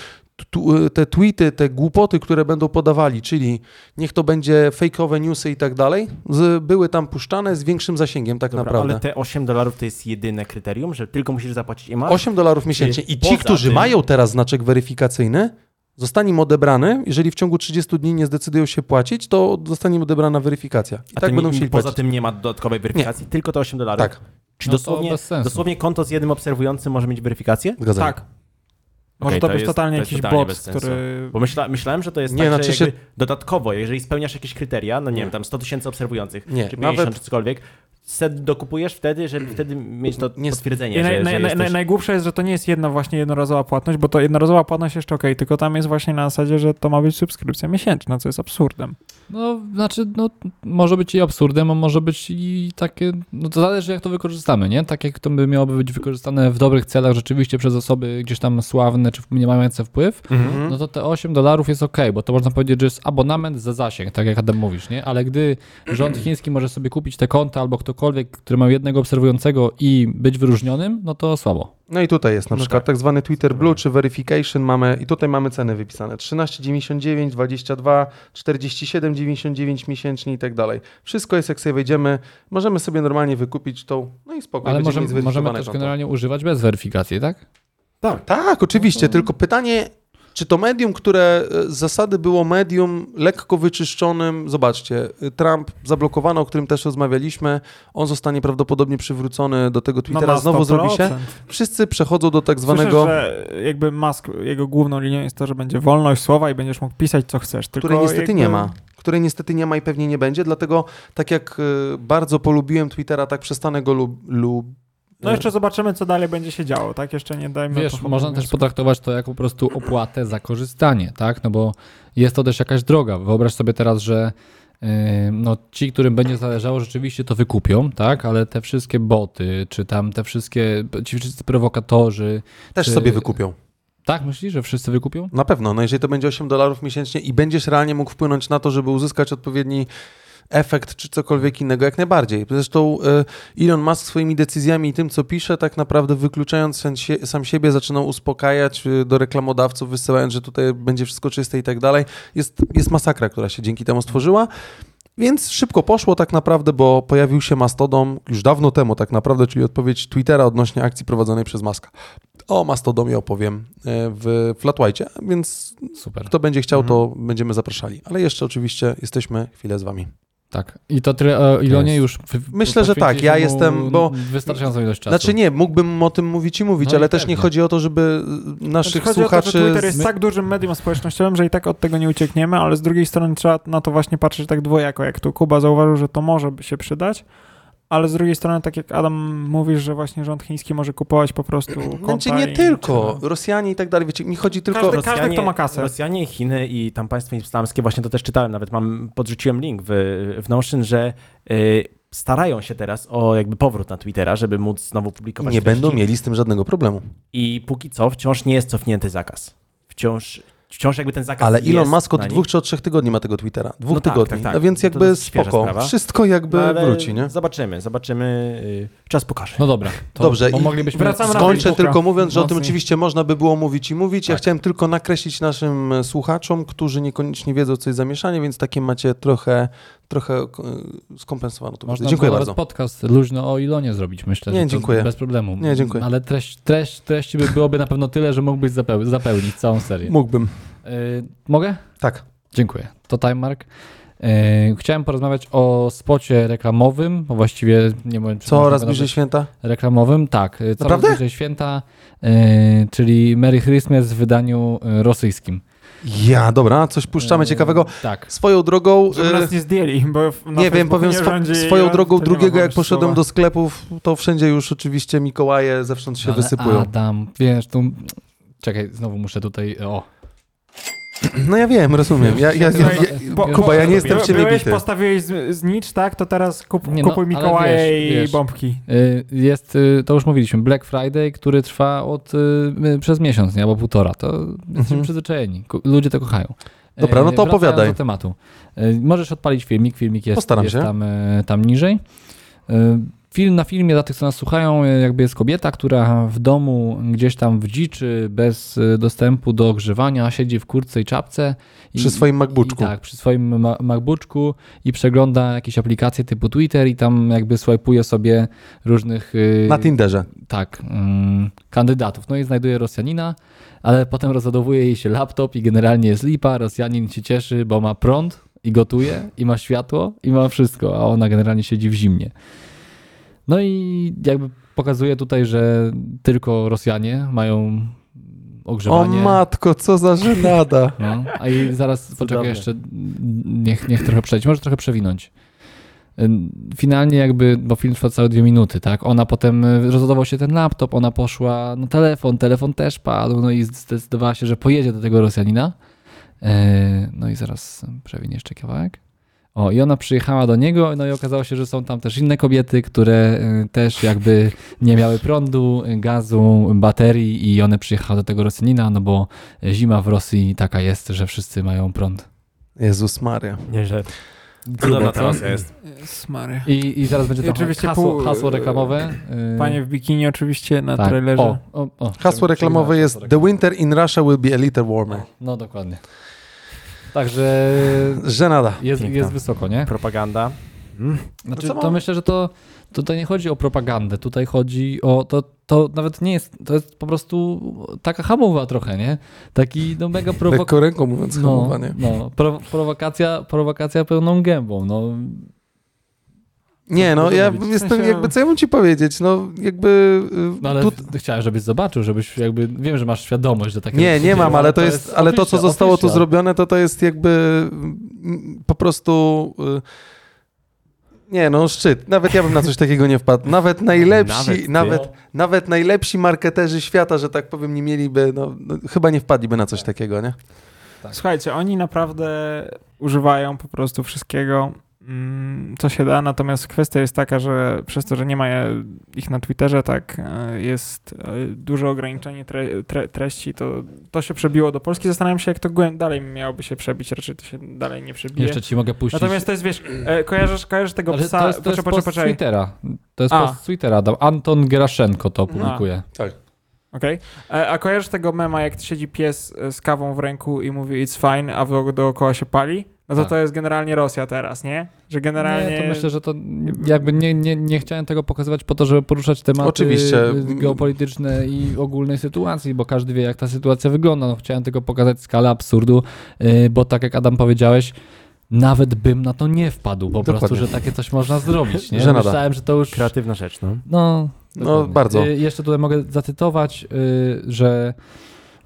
B: tu, e, te tweety, te głupoty, które będą podawali, czyli niech to będzie fejkowe newsy i tak dalej, z, były tam puszczane z większym zasięgiem tak
C: Dobra,
B: naprawdę.
C: Ale te 8 dolarów to jest jedyne kryterium, że tylko musisz zapłacić i masz?
B: 8 dolarów miesięcznie i ci,
C: poza
B: którzy
C: tym-
B: mają teraz znaczek weryfikacyjny, zostanie im odebrany, jeżeli w ciągu 30 dni nie zdecydują się płacić, to zostanie im odebrana weryfikacja. I
C: A
B: tak
C: to
B: będą
C: nie,
B: musieli
C: poza
B: płacić.
C: tym nie ma dodatkowej weryfikacji, tylko to 8 dolarów.
B: Tak,
C: Czy
A: No to
C: dosłownie,
A: bez sensu.
C: dosłownie konto z jednym obserwującym może mieć weryfikację?
B: zgadzam się.
E: Tak. Może
C: Okej,
E: to,
C: to
E: być
C: jest-
E: totalnie
C: to jest
E: jakiś
C: totalnie
E: bot,
C: bez sensu.
E: który...
C: Bo myśla, myślałem, że to jest
B: Nie,
C: tak,
B: znaczy
C: że
B: się-
C: jakby dodatkowo, jeżeli spełniasz jakieś kryteria, no nie wiem, tam 100 tysięcy obserwujących,
B: Nie,
C: czy 50
B: nawet-
C: czy cokolwiek, se dokupujesz wtedy, żeby wtedy mieć to
B: Nie-
C: potwierdzenie,
E: I
C: że,
E: naj,
C: że
E: naj, naj,
C: jesteś...
E: naj, najgłupsze jest, że to nie jest jedna właśnie jednorazowa płatność, bo to jednorazowa płatność jeszcze okej, tylko tam jest właśnie na zasadzie, że to ma być subskrypcja miesięczna, co jest absurdem.
A: No, znaczy, no, może być i absurdem, a może być i takie, no to zależy jak to wykorzystamy, nie? Tak jak to by miałoby być wykorzystane w dobrych celach rzeczywiście przez osoby gdzieś tam sławne czy nie mające wpływ,
B: Mhm.
A: no to te 8 dolarów jest ok, bo to można powiedzieć, że jest abonament za zasięg, tak jak Adam mówisz, nie? Ale gdy rząd chiński może sobie kupić te konta albo kto cokolwiek, które ma jednego obserwującego i być wyróżnionym, no to słabo.
B: No i tutaj jest na przykład tak. zwany Twitter Blue czy Verification mamy i tutaj mamy ceny wypisane 13,99, 22, 47,99 miesięcznie i tak dalej. Wszystko jest jak sobie wejdziemy, możemy sobie normalnie wykupić tą, no i spokojnie.
A: Ale możemy, możemy też generalnie używać bez weryfikacji, tak?
B: Tak, tak oczywiście, tylko pytanie, czy to medium, które e, z zasady było medium lekko wyczyszczonym, zobaczcie, e, Trump zablokowano, o którym też rozmawialiśmy, on zostanie prawdopodobnie przywrócony do tego
E: No
B: Twittera,
D: No ma
B: znowu
D: 100%.
B: zrobi się. Wszyscy przechodzą do tak
D: Słyszę,
B: zwanego,
D: że jakby Musk, jego główną linią jest to, że będzie wolność słowa i będziesz mógł pisać co chcesz. Tylko
B: której niestety
D: jakby...
B: nie ma. Której niestety nie ma i pewnie nie będzie, dlatego tak jak y, bardzo polubiłem Twittera, tak przestanę go lub... lub y,
D: No jeszcze zobaczymy, co dalej będzie się działo, tak? Jeszcze nie dajmy
B: No
A: Wiesz,
D: pochopnym
A: można też
D: wniosku.
A: potraktować to jako po prostu opłatę za korzystanie, tak? No bo jest to też jakaś droga. Wyobraź sobie teraz, że yy, no, ci, którym będzie zależało, rzeczywiście to wykupią, tak? Ale te wszystkie boty, czy tam te wszystkie, ci wszyscy prowokatorzy,
B: Też
A: Czy-
B: sobie wykupią.
A: tak myślisz, że wszyscy wykupią?
B: Na pewno, no jeżeli to będzie 8 dolarów miesięcznie i będziesz realnie mógł wpłynąć na to, żeby uzyskać odpowiedni efekt czy cokolwiek innego, jak najbardziej. Zresztą y, Elon Musk swoimi decyzjami i tym, co pisze, tak naprawdę wykluczając sam sie- sam siebie, zaczynał uspokajać y, do reklamodawców, wysyłając, że tutaj będzie wszystko czyste i tak dalej. Jest, jest masakra, która się dzięki temu stworzyła. Więc szybko poszło tak naprawdę, bo pojawił się Mastodon już dawno temu tak naprawdę, czyli odpowiedź Twittera odnośnie akcji prowadzonej przez Maska. O Mastodomie opowiem y, w Flatwhite, więc
A: Super.
B: kto będzie chciał, to
A: Mhm.
B: będziemy zapraszali. Ale jeszcze oczywiście jesteśmy chwilę z wami.
A: Tak. I to tyle o Ilonie
C: Jest.
A: już. w- w-
B: Myślę, że tak. Ja
A: poświęciliśmy mu
B: jestem, bo-
A: Wystarczającą ilość czasu.
B: Znaczy nie, mógłbym o tym mówić i mówić,
A: No i
B: ale też nie
A: pewnie.
B: chodzi o to, żeby y,
D: Znaczy,
B: naszych
D: chodzi o to,
B: słuchaczy...
D: że Twitter jest
B: z-
D: tak dużym medium społecznościowym, że i tak od tego nie uciekniemy, ale z drugiej strony trzeba na to właśnie patrzeć tak dwojako, jak tu Kuba zauważył, że to może by się przydać, ale z drugiej strony, tak jak Adam mówisz, że właśnie rząd chiński może kupować po prostu konta
B: Znaczy nie
D: i-
B: tylko,
C: no.
B: Rosjanie i tak dalej, wiecie, mi chodzi tylko...
D: Każdy- każdy, kto ma kasę.
C: Rosjanie, Chiny i tam państwa islamskie, właśnie to też czytałem, nawet mam, podrzuciłem link w, w Notion, że y, starają się teraz o jakby powrót na Twittera, żeby móc znowu publikować
B: Nie
C: treści.
B: będą mieli z tym żadnego problemu.
C: I póki co wciąż nie jest cofnięty zakaz. Wciąż, wciąż jakby ten zakaz
B: Ale
C: Tak, jest
B: Elon Musk od
C: na nim.
B: dwóch czy od trzech tygodni ma tego Twittera. Dwóch
C: No tak,
B: tygodni.
C: tak, tak.
B: A więc
C: To
B: jakby
C: jest świeża
B: spoko.
C: sprawa.
B: Wszystko jakby
C: No, ale
B: wróci, nie?
C: Zobaczymy, zobaczymy. y, Czas pokaże.
A: No dobra. To,
B: Dobrze,
A: Bo
B: i-
A: moglibyśmy...
D: wracamy na
B: Skończę
D: Facebooka.
B: tylko mówiąc, że o tym
D: Mocniej.
B: oczywiście można by było mówić i mówić. Ja chciałem tylko nakreślić naszym e, słuchaczom, którzy niekoniecznie wiedzą, co jest zamieszanie, więc takie macie trochę, trochę e, skompensowane. To
A: Można
B: Dziękuję
A: było
B: bardzo.
A: nawet podcast luźno o Ilonie zrobić, myślę.
B: Nie,
A: że to
B: dziękuję.
A: Bez problemu.
B: Nie, dziękuję.
A: Ale treść, treść, treści by byłoby na pewno tyle, że mógłbyś zapeł- zapełnić całą serię.
B: Mógłbym.
A: Y, mogę?
B: Tak.
A: Dziękuję. To Time Mark. Y, chciałem porozmawiać o spocie reklamowym, bo właściwie nie wiem, czy można
B: Coraz
A: go
B: bliżej
A: nazwać
B: święta?
A: reklamowym, tak. y, Coraz
B: Naprawdę?
A: bliżej święta, y, czyli Merry Christmas w wydaniu y, rosyjskim.
B: Ja, dobra, coś puszczamy
A: Y,
B: ciekawego.
A: Tak.
B: Swoją drogą.
D: Żeby
B: e,
D: nas nie zdjęli, bo w- na
B: nie wiem,
D: Facebooku
B: powiem
D: nie
B: swo-
D: rządzi
B: swoją
D: Iran,
B: drogą
D: to nie ma
B: drugiego, jak
D: wolności
B: poszedłem
D: słowa.
B: do sklepów, to wszędzie już oczywiście Mikołaje zewsząd się
A: Ale
B: wysypują.
A: Adam, wiesz, tu... Czekaj, znowu muszę tutaj... O,
B: No ja wiem, rozumiem. Ja, ja, ja, ja,
D: Po-
B: Kuba, ja nie jestem w
D: By-
B: ciebie
D: Byłeś,
B: bity.
D: postawiłeś z, znicz, tak? To teraz kup,
A: Nie, no,
D: kupuj
A: ale
D: Mikołaje
A: wiesz,
D: i
A: wiesz.
D: bombki.
A: Y, Jest, y, to już mówiliśmy, Black Friday, który trwa od, y, y, przez miesiąc, nie, albo półtora. To jesteśmy przyzwyczajeni. Ku- Ludzie to kochają. Y,
B: Mhm. Dobra, no to
A: wracając
B: opowiadaj.
A: do tematu. Y, Możesz odpalić filmik, filmik jest,
B: Postaram
A: jest
B: się.
A: Tam, y, tam niżej. Y, Film na filmie, dla tych, co nas słuchają, y, jakby jest kobieta, która w domu gdzieś tam w dziczy, bez y, dostępu do ogrzewania, siedzi w kurtce i czapce. I,
B: Przy swoim MacBook'u.
A: i tak, przy swoim ma- MacBooku i przegląda jakieś aplikacje typu Twitter i tam jakby swajpuje sobie różnych yy,
B: Na Tinderze.
A: tak, mm, kandydatów. No i znajduje Rosjanina, ale potem rozładowuje jej się laptop i generalnie jest lipa, Rosjanin się cieszy, bo ma prąd i gotuje i ma światło i ma wszystko, a ona generalnie siedzi w zimnie. No i jakby pokazuje tutaj, że tylko Rosjanie mają
B: O
A: ogrzewanie.
B: matko, co za żenada.
A: No, a i zaraz poczekaj
C: Cudowne.
A: jeszcze, niech, niech trochę przejść, może trochę przewinąć. Ym, Finalnie jakby, bo film trwa całe dwie minuty, tak? Ona potem, y, rozładował się ten laptop, ona poszła na telefon, telefon też padł, no i zdecydowała się, że pojedzie do tego Rosjanina. Yy, No i zaraz przewin jeszcze kawałek. O, i ona przyjechała do niego, no i okazało się, że są tam też inne kobiety, które y, też jakby nie miały prądu, y, gazu, baterii i one przyjechały do tego Rosjanina, no bo zima w Rosji taka jest, że wszyscy mają prąd.
B: Jezus Maria.
C: Nieźle. Cudowna
A: Grubo, co?
C: transja jest.
D: Smary.
A: I, I zaraz będzie
D: I
A: to
D: oczywiście
A: hasło,
D: pół- e,
A: hasło reklamowe. y,
D: Panie w bikini oczywiście na
A: tak.
D: trailerze.
A: O, o, o.
B: Hasło reklamowe
A: Przeglądasz
B: jest
A: hasło
B: The
A: reklamowe.
B: winter in Russia will be a little warmer.
A: No dokładnie. Także
B: Żenada.
A: jest,
C: Piękna.
A: jest wysoko, nie?
C: Propaganda.
A: Znaczy,
B: No co
A: to
B: mam?
A: myślę, że to tutaj nie chodzi o propagandę, tutaj chodzi o to, to nawet nie jest, to jest po prostu taka hamowa trochę, nie? Taki no mega prowokacja.
B: Lekko ręką mówiąc
A: No,
B: hamowanie.
A: no, pro, prowokacja, prowokacja pełną gębą. No.
B: Nie, no ja
A: W
B: jestem,
D: sensie-
B: jakby co ja mam ci powiedzieć, no jakby... y,
A: no ale
B: tu-
A: chciałem, żebyś zobaczył, żebyś jakby. Wiem, że masz świadomość, że takie.
B: Nie,
A: rzeczy
B: nie
A: się
B: mam,
A: dzieją,
B: ale to jest, ale to co
A: official,
B: zostało tu
A: official.
B: zrobione, to to jest jakby mm, po prostu y, nie, no szczyt. Nawet ja bym na coś takiego nie wpadł. Nawet najlepsi,
C: Nawet ty.
B: nawet nawet, najlepsi marketerzy świata, że tak powiem, nie mieliby, no, no chyba nie wpadliby na coś takiego, nie?
A: tak.
E: Słuchajcie, oni naprawdę używają po prostu wszystkiego, mm, co się da, natomiast kwestia jest taka, że przez to, że nie ma e, ich na Twitterze, tak, e, jest e, duże ograniczenie tre, tre, treści, to, to się przebiło do Polski. Zastanawiam się, jak to głę- dalej miałoby się przebić, raczej to się dalej nie przebije.
A: Jeszcze ci mogę puścić.
E: Natomiast to jest, wiesz, e, kojarzysz, kojarzysz tego
A: Ale
E: psa...
A: to jest, to jest
E: poczekaj,
A: post
E: poczekaj, poczekaj.
A: Twittera. To jest
E: A.
A: post Twittera. Dam. Anton Geraszenko to publikuje.
E: Okej. E, A kojarzysz tego mema, jak siedzi pies e, z kawą w ręku i mówi it's fine, a wo- dookoła się pali? No to
A: Tak.
E: to jest generalnie Rosja teraz, nie? Że generalnie...
A: Nie, to myślę, że to jakby nie, nie, nie chciałem tego pokazywać po to, żeby poruszać tematy
B: Oczywiście.
A: y, geopolityczne i ogólnej sytuacji, bo każdy wie, jak ta sytuacja wygląda. No, chciałem tylko pokazać skalę absurdu, y, bo tak jak Adam powiedziałeś, nawet bym na to nie wpadł po
B: Dokładnie.
A: prostu, że takie coś można zrobić. Nie?
B: Żenada.
A: Myślałem, że to już...
C: Kreatywna rzecz, no.
A: No,
B: No,
A: dokładnie.
B: bardzo.
A: Y, jeszcze tutaj mogę zacytować, y, że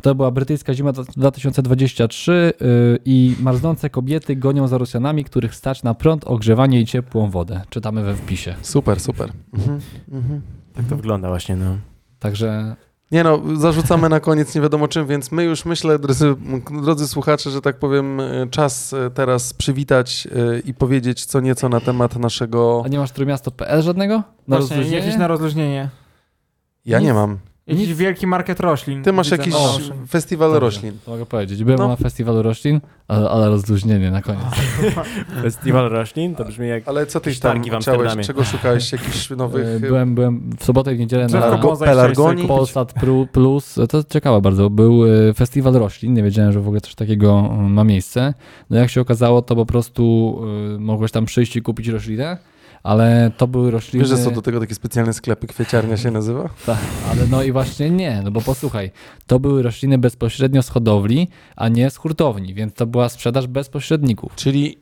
A: to była brytyjska zima dwa- 2023 y, i marznące kobiety gonią za Rosjanami, których stać na prąd, ogrzewanie i ciepłą wodę. Czytamy we wpisie.
B: Super, super. mhm.
C: Tak to wygląda właśnie, no.
A: Także
B: Nie no, zarzucamy na koniec nie wiadomo czym, więc my już myślę, drodzy, drodzy słuchacze, że tak powiem, y, czas y, teraz przywitać y, i powiedzieć co nieco na temat naszego...
A: a nie masz trójmiasto.pl żadnego? Na
E: Właśnie,
A: rozluźnienie?
E: jakieś na rozluźnienie.
B: Ja nie
A: nic.
B: mam.
E: Jakiś
A: Nic.
E: wielki market roślin.
B: Ty masz
E: Widzę.
B: jakiś
E: O,
B: festiwal
A: Dobrze,
B: roślin.
A: To mogę powiedzieć. Byłem
B: No.
A: na festiwalu roślin, ale, ale rozluźnienie na koniec.
C: Festiwal roślin to brzmi jak...
B: Ale co tyś tam
C: Sztargi w Amsterdamie.
B: chciałeś? Czego szukałeś? Jakichś
A: Y,
B: nowych...
A: Byłem, byłem w sobotę i w niedzielę na
E: Drzewko
B: Pelargo-
E: mozaik chciałeś
B: pelargonii?
E: sobie
A: Polsat Pru- Plus, to ciekawe bardzo, był y, festiwal roślin, nie wiedziałem, że w ogóle coś takiego y, ma miejsce. No jak się okazało, to po prostu y, mogłeś tam przyjść i kupić roślinę, ale to były rośliny...
B: Wiesz, że są do tego takie specjalne sklepy, kwieciarnia się nazywa?
A: Tak, ale no i właśnie nie, no bo posłuchaj, to były rośliny bezpośrednio z hodowli, a nie z hurtowni, więc to była sprzedaż bez pośredników.
B: Czyli,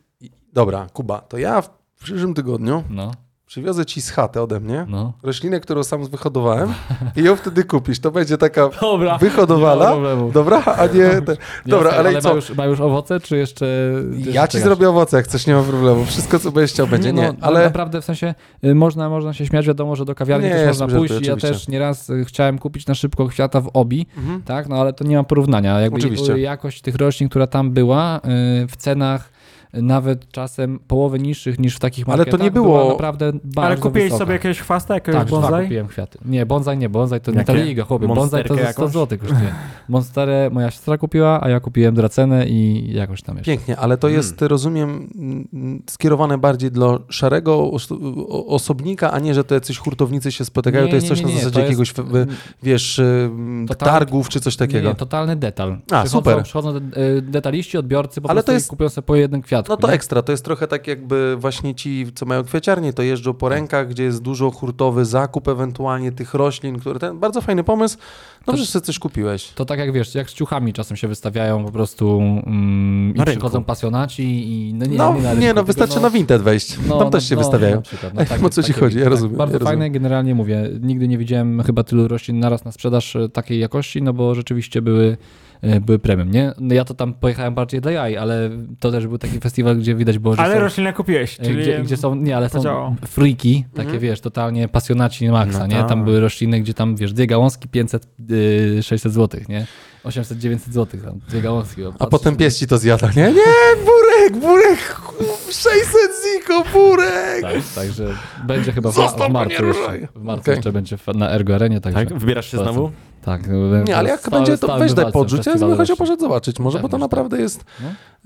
B: dobra, Kuba, to ja w przyszłym tygodniu
A: No,
B: przywiozę ci z chaty ode mnie
A: no.
B: roślinę, którą sam wyhodowałem i ją wtedy kupisz. To będzie taka
A: Dobra.
B: wyhodowala, dobra, a nie... Te... Dobra, ale
A: ale
B: co?
A: ma już, ma już owoce, czy jeszcze... czy
B: Ja
A: jeszcze
B: ci
A: czekasz?
B: zrobię owoce, jak chcesz, nie ma problemu. Wszystko, co będziesz chciał, będzie.
A: no,
B: Nie,
A: no,
B: ale...
A: Naprawdę, w sensie, y, można, można się śmiać, wiadomo, że do kawiarni
B: Nie,
A: też
B: ja
A: można
B: sobie
A: pójść.
B: żartuję,
A: ja
B: oczywiście.
A: też nieraz y, chciałem kupić na szybko kwiata w Obi,
B: Mhm.
A: tak, no ale to nie ma porównania. Jakby
B: Oczywiście.
A: y, jakość tych roślin, która tam była, y, w cenach y, nawet czasem połowy niższych niż w takich
B: Ale to
A: marketach,
B: nie było-
A: była naprawdę bardzo
E: Ale kupiłeś
A: wysoka.
E: sobie jakiegoś chwasta, jakiegoś
A: tak, dwa
E: bonsai?
A: kupiłem kwiaty. Nie, bonsai nie, bonsai to nie
C: Jakie?
A: ta liga, chłopie. Bonsai to
C: Monsterkę
A: za 100
C: jakąś?
A: zł kosztuje. Monsterę moja siostra kupiła, a ja kupiłem dracenę i jakoś tam jeszcze.
B: Pięknie, ale to
C: Mm.
B: jest, rozumiem, m, skierowane bardziej dla szarego os- o- osobnika, a nie, że to jacyś hurtownicy się spotykają.
A: Nie,
B: to jest
A: nie,
B: coś
A: nie, nie,
B: na
A: to
B: zasadzie
A: jest-
B: jakiegoś, w- wiesz, ym,
A: Totalnie-
B: targów czy coś takiego.
A: Nie, totalny detal.
B: A,
A: przychodzą,
B: super.
A: Przychodzą de- y, detaliści, odbiorcy, po
B: Ale to
A: prostu to
B: jest-
A: kupią sobie po jednym kwiatku.
B: no to
A: nie?
B: ekstra, to jest trochę tak jakby właśnie ci, co mają kwieciarnie, to jeżdżą po rękach, gdzie jest dużo hurtowy zakup ewentualnie tych roślin, które ten, bardzo fajny pomysł. Dobrze, że sobie coś kupiłeś.
A: To tak jak wiesz, jak z ciuchami czasem się wystawiają po prostu mm,
C: Na
A: i
C: rynku.
A: przychodzą pasjonaci i no nie,
B: no,
A: nie, na
B: nie,
A: rynku,
B: no
A: tylko
B: wystarczy na Vinted wejść,
A: No,
B: tam też się wystawiają.
A: na przykład, no,
B: Ej, o co ci chodzi? Ja rozumiem,
A: Tak, Bardzo
B: ja rozumiem.
A: fajne, generalnie mówię. Nigdy nie widziałem chyba tylu roślin naraz na sprzedaż e, takiej jakości, no bo rzeczywiście były, e, były premium, nie? No ja to tam pojechałem bardziej dla jaj, ale to też był taki festiwal, gdzie widać było, że
E: Ale
A: są,
E: roślinę kupiłeś,
A: e,
E: czyli...
A: gdzie, gdzie są, nie, ale są
E: podziało.
A: freaki, takie
B: Mhm.
A: wiesz, totalnie pasjonaci maksa,
C: No
A: nie?
C: tak.
A: Tam były rośliny, gdzie tam, wiesz, dwie gałązki 500, y, 600 zł, nie? 800-900 zł, tam dwie gałązki.
B: A potem pies ci to zjada, nie? Nie, burek, burek, chu- 600 ziko, burek!
A: Tak, także będzie chyba w,
B: Zostaw
A: w marcu
B: mnie,
A: jeszcze.
B: ruszaj!
A: W marcu
B: Okej.
A: jeszcze będzie w, na Ergo Arenie, także...
C: Tak? Wybierasz się
A: Polecam.
C: znowu?
A: Tak,
B: Nie, ale jak będzie, to weź daj podrzuć, ja bym chciał poszedł zobaczyć, może, bo to
A: Pewnie, że
B: naprawdę jest,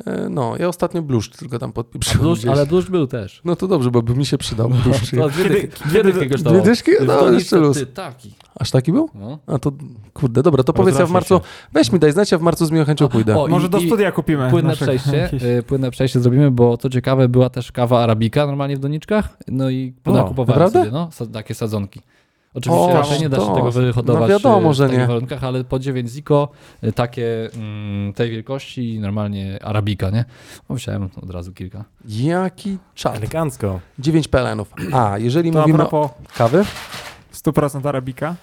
A: No.
B: e, no, ja ostatnio bluszcz tylko tam podpisałem.
A: Dłuż, ale dłuż był też.
B: No to dobrze, bo by mi się przydał bluszcz.
A: To dwie dychy- dwie dychy kosztowało.
B: Dwie dyszki?
A: W
B: No,
A: Doniczce
B: jeszcze luz.
A: ty, Taki.
B: Aż taki był?
A: No.
B: A to, kurde, dobra, to powiedz, ja w
C: Rozraszaj
B: marcu, weź mi daj znać, ja w marcu z miłą chęcią pójdę.
A: O, i-
E: Może do
A: i-
E: studia
B: No,
E: kupimy.
A: Płynne
E: nasze
A: przejście,
E: jakieś.
A: y, płynne przejście zrobimy, bo co ciekawe, była też kawa arabika normalnie w doniczkach, no i
C: O,
A: nakupowałem
B: naprawdę?
A: sobie no, sa- takie sadzonki. Oczywiście
B: O,
A: raczej nie da się
B: sztos.
A: tego wyhodować
B: No wiadomo,
A: y, w
B: że
A: takich
B: nie.
A: warunkach, ale po 9 ziko y, takie mm, tej wielkości i normalnie arabika, nie? No, Musiałem od razu kilka.
B: Jaki czad.
C: Elegancko.
B: 9 pelenów. A, jeżeli
E: To a
B: mówimy o
E: propos
B: kawy,
E: 100% Arabika.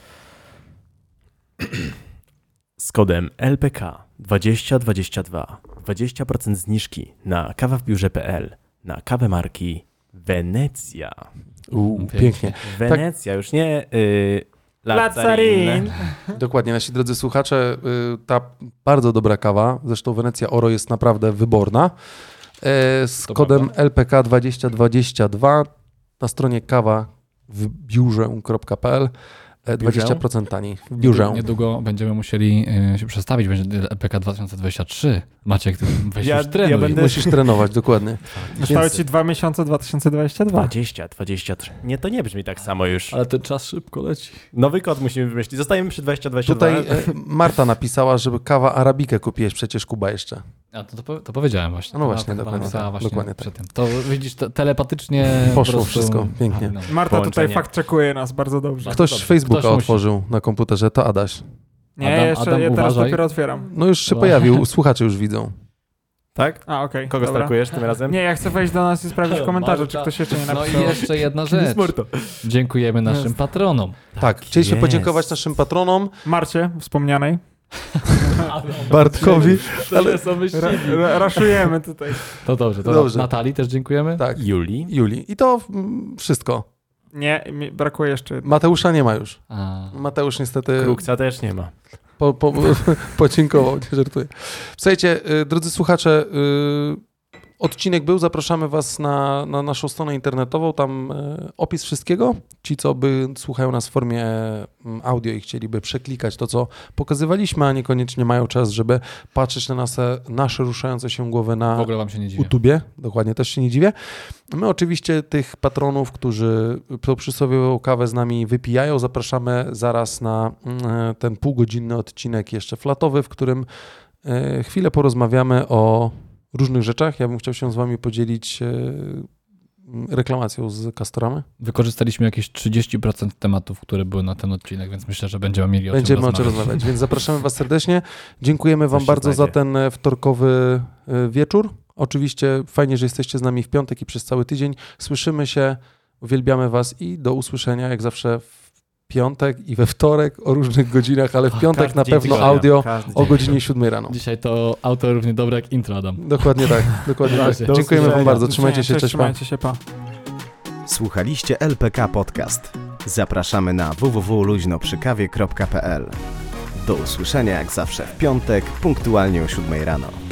C: Z kodem LPK 2022 20% zniżki na kawa w biurze.pl na kawę marki Wenecja.
B: Uu,
A: Pięknie.
B: pięknie. Tak.
C: Wenecja, już nie y,
E: Lazzarin.
B: Dokładnie, nasi drodzy słuchacze, y, ta bardzo dobra kawa, zresztą Wenecja Oro jest naprawdę wyborna. E, Z
A: To
B: kodem LPK 2022 na stronie kawa w biurze.pl e, 20% taniej. W biurze.
A: Niedługo będziemy musieli y, się przestawić, będzie EPK 2023. Maciek, ty weź
C: Ja-
A: już trenuj.
C: ja będę-
B: Musisz trenować, dokładnie.
E: Zostały ci dwa miesiące 2022.
C: 20, 23. Nie, to nie brzmi tak samo już.
A: Ale ten czas szybko leci.
C: Nowy kod musimy wymyślić. Zostajemy przy 2022.
B: Tutaj e, Marta napisała, żeby kawa arabikę kupiłeś przecież Kuba jeszcze.
A: A to, to, powie- to powiedziałem właśnie.
B: No właśnie,
A: Ona- ona
B: dokładnie
A: napisała
B: tak,
A: właśnie
B: dokładnie
A: przed tym. To widzisz, te, telepatycznie po
B: Poszło
A: prostu...
B: wszystko, pięknie.
A: no.
E: Marta
C: Połączenie.
E: tutaj fakt czekuje nas bardzo dobrze.
A: Bardzo
B: Ktoś
A: dobrze.
B: Facebooka
A: Ktoś musi.
B: otworzył na komputerze, to Adaś.
E: Nie,
A: Adam-
E: jeszcze
A: Adam,
E: ja teraz
A: uważaj.
E: dopiero otwieram.
B: No już się
A: No.
B: pojawił, słuchacze już widzą.
C: Tak?
E: A, okej.
C: Kogo
E: dobra.
C: starkujesz tym razem?
E: Nie, ja chcę wejść do nas i sprawdzić w komentarzu, czy
A: Marta.
E: ktoś jeszcze nie
A: No i
E: napisał.
A: jeszcze jedna rzecz. Dziękujemy naszym patronom.
B: Tak, chcieliśmy
C: jest.
B: podziękować naszym patronom,
E: Marcie, wspomnianej.
B: Bartkowi.
A: Ale są
E: Ra ra- raszujemy tutaj.
A: To dobrze, to
B: Dobrze.
A: Natalii też dziękujemy.
B: Tak,
C: Julii.
B: Julii. I to mm, wszystko.
E: Nie, mi brakuje jeszcze.
A: No,
E: jednego.
B: Mateusza nie ma już.
A: A,
B: Mateusz niestety
C: Kruksa też nie ma.
B: po, po, podziękował, nie żartuję. Słuchajcie, y, drodzy słuchacze, y, odcinek był, zapraszamy was na, na naszą stronę internetową, tam y, opis wszystkiego. Ci, co by słuchają nas w formie mm, audio i chcieliby przeklikać to, co pokazywaliśmy, a niekoniecznie mają czas, żeby patrzeć na nasze, nasze ruszające się głowy na
A: w ogóle wam się nie dziwię.
B: YouTube, dokładnie, też się nie dziwię. My oczywiście tych patronów, którzy tą przysłowiową kawę z nami wypijają, zapraszamy zaraz na mm, ten półgodzinny odcinek jeszcze flatowy, w którym e, chwilę porozmawiamy o różnych rzeczach. Ja bym chciał się z wami podzielić e, reklamacją z Castoramy.
A: Wykorzystaliśmy jakieś 30% tematów, które były na ten odcinek, więc myślę, że będziemy mieli o
B: Będziemy
A: czym
B: o czym
A: rozmawiać.
B: rozmawiać, więc zapraszamy was serdecznie. Dziękujemy wam
C: się
B: bardzo za
C: znajdzie.
B: ten e, wtorkowy e, wieczór. Oczywiście fajnie, że jesteście z nami w piątek i przez cały tydzień. Słyszymy się, uwielbiamy was i do usłyszenia jak zawsze w piątek i we wtorek o różnych godzinach, ale w piątek
C: Każdy
B: na
C: dzień
B: pewno
C: tygodnia.
B: audio
C: Każdy
B: o
C: dzień.
B: godzinie 7 rano.
A: Dzisiaj to autor równie dobre jak intro, Adam.
B: Dokładnie tak, dokładnie tak.
A: Do
B: Dziękujemy wam
C: usłyszenia.
B: bardzo, trzymajcie się,
E: Cześć,
B: cześć, pa.
E: Trzymajcie się, pa.
F: Słuchaliście LPK Podcast. Zapraszamy na www.luźnoprzykawie.pl. Do usłyszenia jak zawsze w piątek, punktualnie o 7 rano.